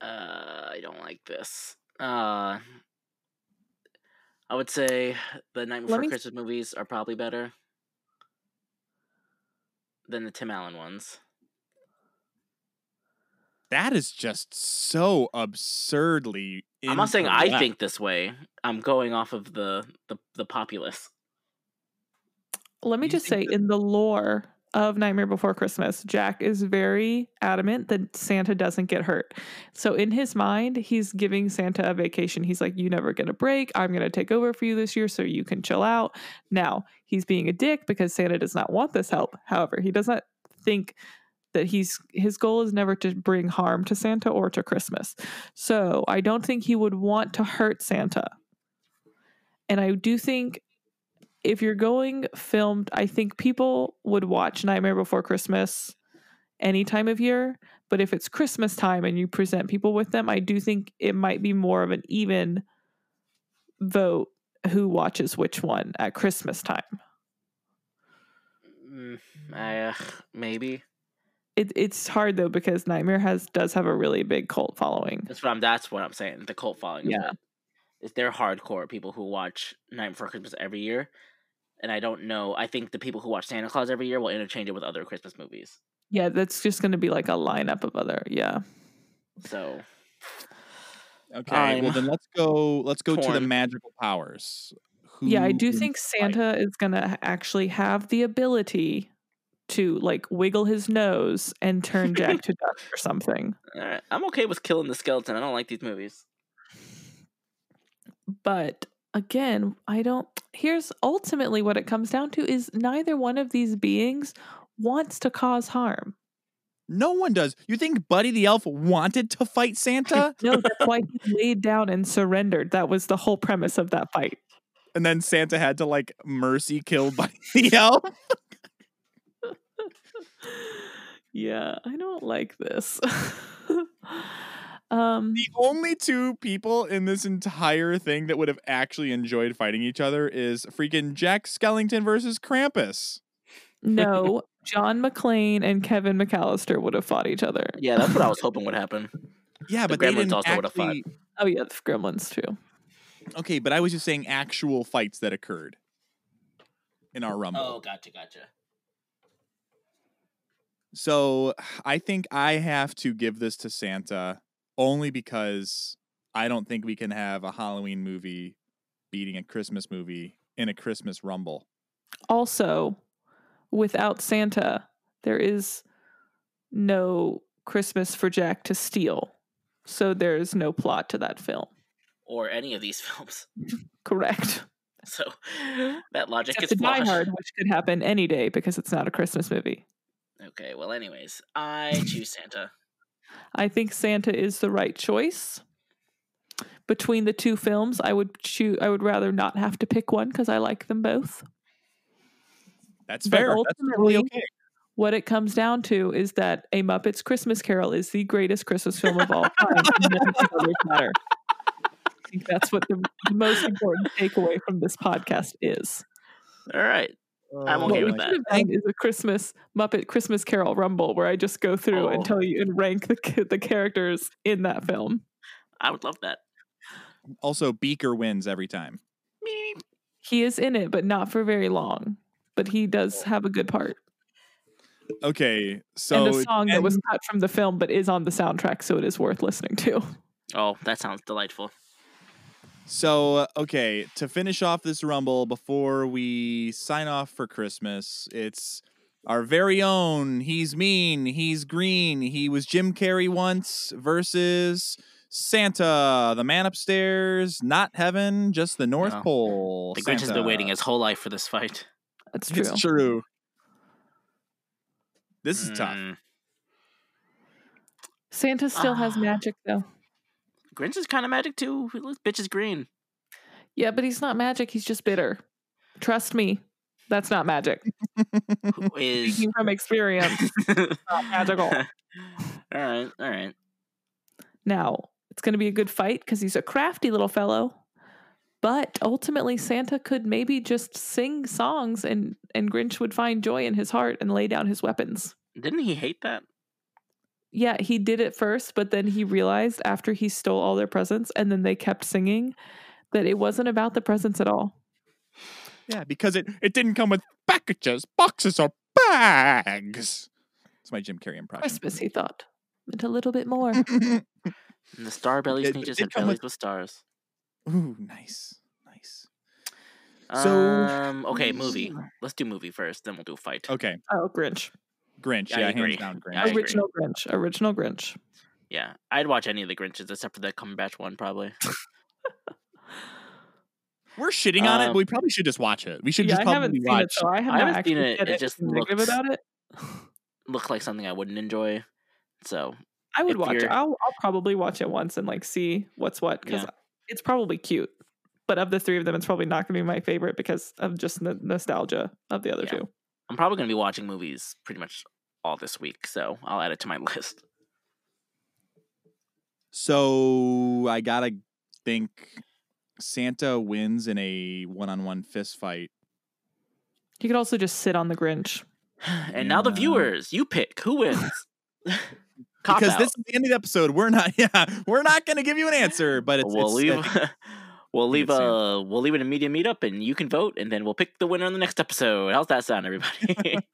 Speaker 2: I don't like this. Uh, I would say the Night Before
Speaker 3: me-
Speaker 2: Christmas movies are probably better than the Tim Allen ones.
Speaker 1: That is just so absurdly.
Speaker 2: I'm not saying I
Speaker 1: incorrect.
Speaker 2: think this way. I'm going off of the the, the populace.
Speaker 3: Let me
Speaker 1: You
Speaker 3: just
Speaker 1: think
Speaker 3: say,
Speaker 1: that-
Speaker 3: in the lore of Nightmare Before Christmas, Jack is very adamant that Santa doesn't get hurt. So in his mind, he's giving Santa a vacation. He's like, "You never get a break. I'm going to take over for you this year, so you can chill out." Now he's being a dick because Santa does not want this help. However, he does not think that he's his goal is never to bring harm to Santa or to Christmas. So I don't think he would want to hurt Santa. And I do think if you're going filmed, I think people would watch Nightmare Before Christmas any time of year. But if it's Christmas time and you present people with them, I do think it might be more of an even vote who watches which one at Christmas time.
Speaker 2: Mm, I, uh, maybe
Speaker 3: It, it's hard though because Nightmare has does have a really big cult following.
Speaker 2: that's what I'm. That's what I'm saying. The cult following.
Speaker 3: Yeah.
Speaker 2: Is they're hardcore people who watch Night Before Christmas every year, and I don't know. I think the people who watch Santa Claus every year will interchange it with other Christmas movies.
Speaker 3: Yeah, that's just going to be like a lineup of other. Yeah,
Speaker 2: So
Speaker 1: Okay. well,
Speaker 2: I'm
Speaker 1: then let's go. Let's go to the
Speaker 2: torn.
Speaker 1: magical powers. Who
Speaker 3: Mm, yeah, I do
Speaker 1: in-
Speaker 3: think Santa is going to actually have the ability to like wiggle his nose and turn Jack to dust or something.
Speaker 2: all right, I'm okay with killing the skeleton. I don't like these movies.
Speaker 3: but again i don't here's ultimately what it comes down to is neither one of these beings wants to cause harm
Speaker 1: No one does. You think Buddy the Elf wanted to fight Santa?
Speaker 3: No, that's why he laid down and surrendered. That was the whole premise of that fight.
Speaker 1: and then Santa had to like mercy kill Buddy the Elf?
Speaker 3: Yeah, I don't like this. um,
Speaker 1: The only two people in this entire thing that would have actually enjoyed fighting each other is freaking Jack Skellington versus Krampus.
Speaker 3: no, John McClane and Kevin McAllister would have fought each other.
Speaker 2: Yeah, that's what I was hoping would happen.
Speaker 1: Yeah,
Speaker 2: The
Speaker 1: but they
Speaker 2: Gremlins
Speaker 1: didn't
Speaker 2: also would have fought.
Speaker 1: actually...
Speaker 3: Oh yeah, the Gremlins too.
Speaker 1: Okay, but I was just saying actual fights that occurred in our rumble.
Speaker 2: Oh, gotcha, gotcha.
Speaker 1: So I think I have to give this to Santa only because I don't think we can have a Halloween movie beating a Christmas movie in a Christmas rumble.
Speaker 3: Also, without Santa, there is no Christmas for Jack to steal. So there's no plot to that film.
Speaker 2: Or any of these films.
Speaker 3: Correct.
Speaker 2: So that logic
Speaker 3: Except
Speaker 2: is
Speaker 3: to Die
Speaker 2: flawed.
Speaker 3: Hard, which could happen any day because it's not a Christmas movie.
Speaker 2: Okay, well, anyways, I choose Santa.
Speaker 3: I think Santa is the right choice. Between the two films, I would choose. I would rather not have to pick one because I like them both.
Speaker 1: That's
Speaker 3: But
Speaker 1: fair. That's totally
Speaker 3: ultimately-
Speaker 1: okay.
Speaker 3: What it comes down to is that A Muppet's Christmas Carol is the greatest Christmas film of all time. and none of the others matter. I think that's what the, the most important takeaway from this podcast is.
Speaker 2: All right. I'm
Speaker 1: Oh,
Speaker 3: What
Speaker 2: okay
Speaker 3: we
Speaker 2: with
Speaker 3: should
Speaker 2: that.
Speaker 3: have done is a Christmas Muppet Christmas Carol Rumble, where I just go through
Speaker 2: Oh.
Speaker 3: and tell you and rank the ca- the characters in that film.
Speaker 2: I would love that.
Speaker 1: Also, Beaker wins every time.
Speaker 2: Meep.
Speaker 3: He is in it, but not for very long. But he does have a good part
Speaker 1: Okay, so
Speaker 3: and a song that was
Speaker 1: then-
Speaker 3: cut from the film, but is on the soundtrack, so it is worth listening to.
Speaker 2: Oh, that sounds delightful.
Speaker 1: so uh, okay to finish off this rumble before we sign off for Christmas. It's our very own. He's mean. He's green. He was Jim Carrey once versus Santa, the man upstairs, not heaven, just the North
Speaker 2: No.
Speaker 1: Pole.
Speaker 2: The Grinch has
Speaker 1: Santa.
Speaker 2: been waiting his whole life for this fight.
Speaker 3: That's true.
Speaker 1: It's true. This is tough.
Speaker 2: Mm.
Speaker 3: Santa still has
Speaker 2: Ah.
Speaker 3: magic, though.
Speaker 2: Grinch is kind of magic too. This bitch is green.
Speaker 3: Yeah, but he's not magic. He's just bitter. Trust me, that's not magic.
Speaker 2: Who is
Speaker 3: Speaking from experience, not magical.
Speaker 2: all right, all right.
Speaker 3: Now, it's going to be a good fight because he's a crafty little fellow. But ultimately, Santa could maybe just sing songs and, and Grinch would find joy in his heart and lay down his weapons.
Speaker 2: Didn't he hate that?
Speaker 3: Yeah, he did it first, but then he realized after he stole all their presents and then they kept singing that it wasn't about the presents at all.
Speaker 1: Yeah, because it it didn't come with packages, boxes, or bags. It's my Jim Carrey impression.
Speaker 3: Christmas, he thought. Meant a little bit more.
Speaker 2: And the star belly
Speaker 1: It-
Speaker 2: sneeches
Speaker 1: it
Speaker 2: and
Speaker 1: come
Speaker 2: bellies
Speaker 1: with-
Speaker 2: with, stars.
Speaker 1: Ooh, nice, nice. So-
Speaker 2: um, okay, movie. Let's do movie first, then we'll do fight.
Speaker 1: Okay,
Speaker 3: oh, Grinch.
Speaker 1: Grinch.
Speaker 2: I
Speaker 1: Yeah,
Speaker 2: agree.
Speaker 1: hands down, Grinch.
Speaker 2: I agree.
Speaker 3: original Grinch. Original Grinch.
Speaker 2: Yeah, I'd watch any of the Grinches except for the Cumberbatch one, probably.
Speaker 1: We're shitting on it,
Speaker 2: Um,
Speaker 1: but we probably should just watch it. We should
Speaker 3: Yeah,
Speaker 1: just
Speaker 3: I haven't
Speaker 1: probably
Speaker 3: seen
Speaker 1: watch.
Speaker 3: it, so I have
Speaker 2: I
Speaker 3: not
Speaker 2: haven't seen
Speaker 3: actually
Speaker 2: it,
Speaker 3: said
Speaker 2: it just
Speaker 3: anything negative
Speaker 2: looks-
Speaker 3: about it.
Speaker 2: Look like something I wouldn't enjoy. So
Speaker 3: I would
Speaker 2: if
Speaker 3: watch it.
Speaker 2: you're-
Speaker 3: I'll, I'll probably watch it once and like see what's what because
Speaker 2: Yeah.
Speaker 3: it's probably cute. But of the three of them, it's probably not going to be my favorite because of just the nostalgia of the other
Speaker 2: Yeah.
Speaker 3: two.
Speaker 2: I'm probably gonna be watching movies pretty much all this week. So I'll add it to my list.
Speaker 1: So I gotta think Santa wins in a one-on-one fist fight.
Speaker 3: You could also just sit on the Grinch.
Speaker 2: And now the
Speaker 1: Yeah.
Speaker 2: viewers, you pick who wins. Cop
Speaker 1: because
Speaker 2: out.
Speaker 1: this is the end of the episode. We're not, yeah, we're not gonna give you an answer, but it's,
Speaker 2: we'll
Speaker 1: it's- I
Speaker 2: leave.
Speaker 1: think-
Speaker 2: we'll leave
Speaker 1: it's Sam.
Speaker 2: a we'll leave it a media meetup, and you can vote, and then we'll pick the winner in the next episode. How's that sound, everybody?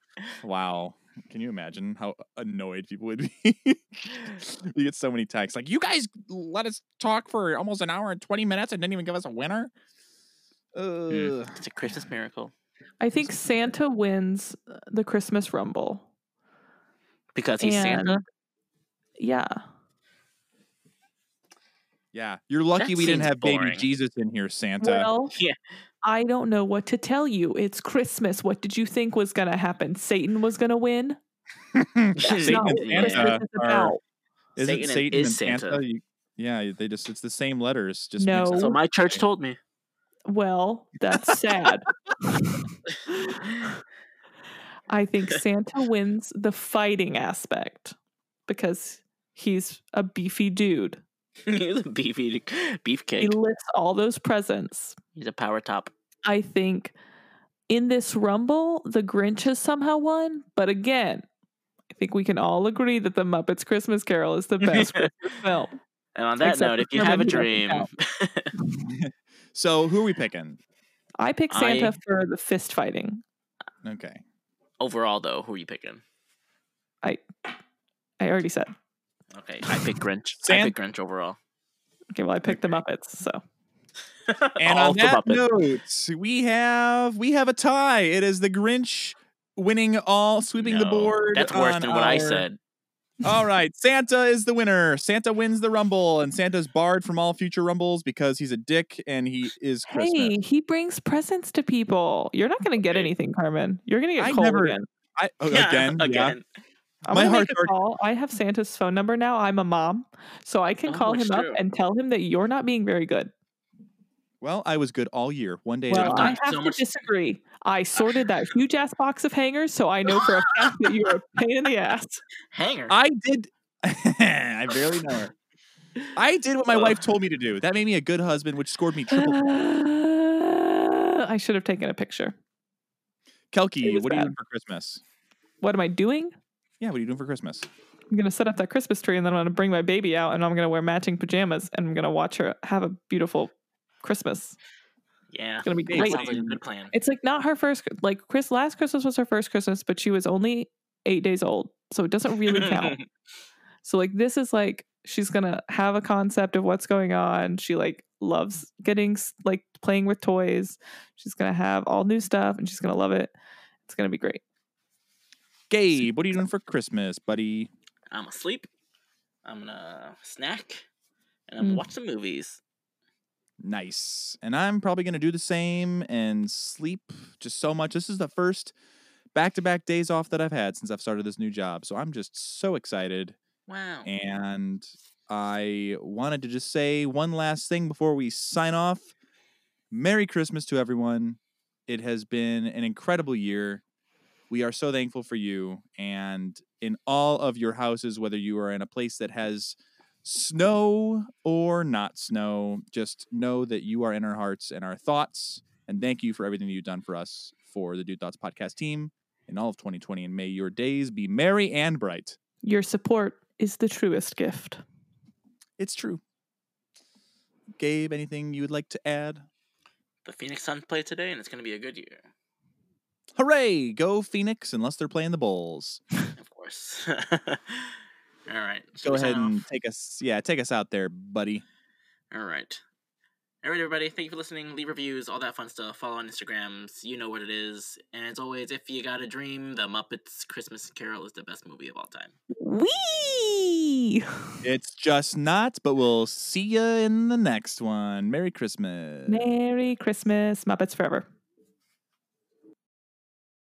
Speaker 1: Wow. Can you imagine how annoyed people would be? you get so many texts like, you guys let us talk for almost an hour and 20 minutes and didn't even give us a winner. Hmm.
Speaker 2: Mm,
Speaker 1: Ugh.
Speaker 2: it's a Christmas miracle
Speaker 3: I think Santa wins uh, the Christmas Rumble.
Speaker 2: because he's Santa.
Speaker 3: And- Yeah.
Speaker 1: Yeah. You're lucky
Speaker 2: That
Speaker 1: we didn't
Speaker 2: seems
Speaker 1: have baby
Speaker 2: boring.
Speaker 1: Jesus in here, Santa.
Speaker 3: Well,
Speaker 2: Yeah.
Speaker 3: I don't know what to tell you. It's Christmas. What did you think was going to happen? Satan was going to win?
Speaker 1: Satan
Speaker 3: not
Speaker 1: and
Speaker 2: Yeah.
Speaker 3: what Christmas
Speaker 1: Santa
Speaker 3: is
Speaker 1: are-
Speaker 3: about.
Speaker 1: Is
Speaker 2: Satan
Speaker 1: it
Speaker 2: and-
Speaker 1: Satan
Speaker 2: is
Speaker 1: and Santa?
Speaker 2: Santa.
Speaker 1: You- yeah, you- they just it's the same letters. Just
Speaker 3: No.
Speaker 1: mixed
Speaker 2: That's what
Speaker 1: up.
Speaker 2: my church told me.
Speaker 3: Well, that's sad. I think Santa wins the fighting aspect because he's a beefy dude.
Speaker 2: He's a beefy
Speaker 3: He
Speaker 2: beefcake.
Speaker 3: lifts all those presents.
Speaker 2: He's a power top.
Speaker 3: I think in this rumble, the Grinch has somehow won. But again, I think we can all agree that the Muppets Christmas Carol is the best
Speaker 2: and
Speaker 3: film.
Speaker 2: on that
Speaker 3: Except
Speaker 2: note,
Speaker 3: for
Speaker 2: if you have a
Speaker 3: Kermit, he
Speaker 2: dream,
Speaker 3: doesn't
Speaker 1: So who are we picking?
Speaker 3: I pick Santa
Speaker 2: I-
Speaker 3: for the fist fighting.
Speaker 1: Okay.
Speaker 2: overall though, who are you picking?
Speaker 3: I already said.
Speaker 2: Okay, I pick Grinch. I
Speaker 1: San-
Speaker 2: pick Grinch overall.
Speaker 3: Okay, well, I picked the Muppets. So
Speaker 1: And
Speaker 2: All
Speaker 1: on
Speaker 2: the
Speaker 1: that
Speaker 2: Muppets.
Speaker 1: note, we have we have a tie. It is the Grinch winning all, sweeping the
Speaker 2: No,
Speaker 1: board.
Speaker 2: That's worse
Speaker 1: on
Speaker 2: than what I
Speaker 1: our-
Speaker 2: said.
Speaker 1: All right, Santa is the winner. Santa wins the Rumble, and Santa's barred from all future Rumbles because he's a dick and he is Christmas.
Speaker 3: Hey, he brings presents to people. You're not going to get
Speaker 2: Okay.
Speaker 3: anything, Carmen. You're going to get
Speaker 1: I
Speaker 3: cold
Speaker 1: never-
Speaker 3: again.
Speaker 1: I, oh,
Speaker 2: Yeah,
Speaker 1: again, yeah.
Speaker 2: again.
Speaker 3: I'm
Speaker 1: my
Speaker 3: going to make
Speaker 1: heart's
Speaker 3: a
Speaker 1: already-
Speaker 3: call. I have Santa's phone number now. I'm a mom, so I can
Speaker 2: Oh,
Speaker 3: call
Speaker 2: it's
Speaker 3: him up
Speaker 2: true.
Speaker 3: and tell him that you're not being very good.
Speaker 1: Well, I was good all year. One day, at a
Speaker 3: Well,
Speaker 1: time.
Speaker 3: I
Speaker 2: done
Speaker 3: have
Speaker 2: so
Speaker 3: to
Speaker 2: much-
Speaker 3: disagree. I sorted that huge ass box of hangers, so I know for a fact that you're a pain in the ass.
Speaker 2: Hanger.
Speaker 1: I did. I barely know her. I did what my
Speaker 2: Ugh.
Speaker 1: wife told me to do. That made me a good husband, which scored me triple.
Speaker 3: I should have taken a picture. It
Speaker 1: Kelky,
Speaker 3: was
Speaker 1: what are you
Speaker 3: bad.
Speaker 1: doing for Christmas?
Speaker 3: What am I doing?
Speaker 1: Yeah, what are you doing for Christmas?
Speaker 3: I'm going to set up that Christmas tree and then I'm going to bring my baby out and I'm going to wear matching pajamas and I'm going to watch her have a beautiful Christmas.
Speaker 2: yeah.
Speaker 3: It's going to be
Speaker 1: Hey,
Speaker 3: great.
Speaker 2: Sounds like a good plan.
Speaker 3: It's like not her first, like Chris, last Christmas was her first Christmas, but she was only eight days old. So it doesn't really count. so, like, this is like, she's going to have a concept of what's going on. She, like, loves getting, s- like, playing with toys. She's going to have all new stuff and she's going to love it. It's going to be great.
Speaker 1: Gabe, what are you doing for Christmas, buddy?
Speaker 2: I'm asleep. I'm gonna snack, and I'm gonna
Speaker 3: Mm.
Speaker 2: watch some movies.
Speaker 1: Nice. And I'm probably going to do the same and sleep just so much. This is the first back to back days off that I've had since I've started this new job. So I'm just so excited.
Speaker 2: Wow.
Speaker 1: And I wanted to just say one last thing before we sign off. Merry Christmas to everyone. It has been an incredible year. We are so thankful for you and in all of your houses, whether you are in a place that has snow or not snow, just know that you are in our hearts and our thoughts. And thank you for everything that you've done for us, for the Dude Thoughts podcast team in all of 2020. And may your days be merry and bright.
Speaker 3: Your support is the truest gift.
Speaker 1: It's true. Gabe, anything you would like to add?
Speaker 2: The Phoenix Suns play today, and it's gonna be a good year,
Speaker 1: Hooray! Go Phoenix, unless they're playing the Bulls.
Speaker 2: of course. All right. shall
Speaker 1: Go
Speaker 2: we sign
Speaker 1: ahead and
Speaker 2: off?
Speaker 1: take us, yeah, take us out there, buddy.
Speaker 2: All right. All right, everybody. Thank you for listening. Leave reviews, all that fun stuff. Follow on Instagrams. You know what it is. And as always, if you got a dream, The Muppets Christmas Carol is the best movie of all time.
Speaker 3: Wee!
Speaker 1: It's just not, but we'll see you in the next one. Merry Christmas.
Speaker 3: Merry Christmas, Muppets Forever.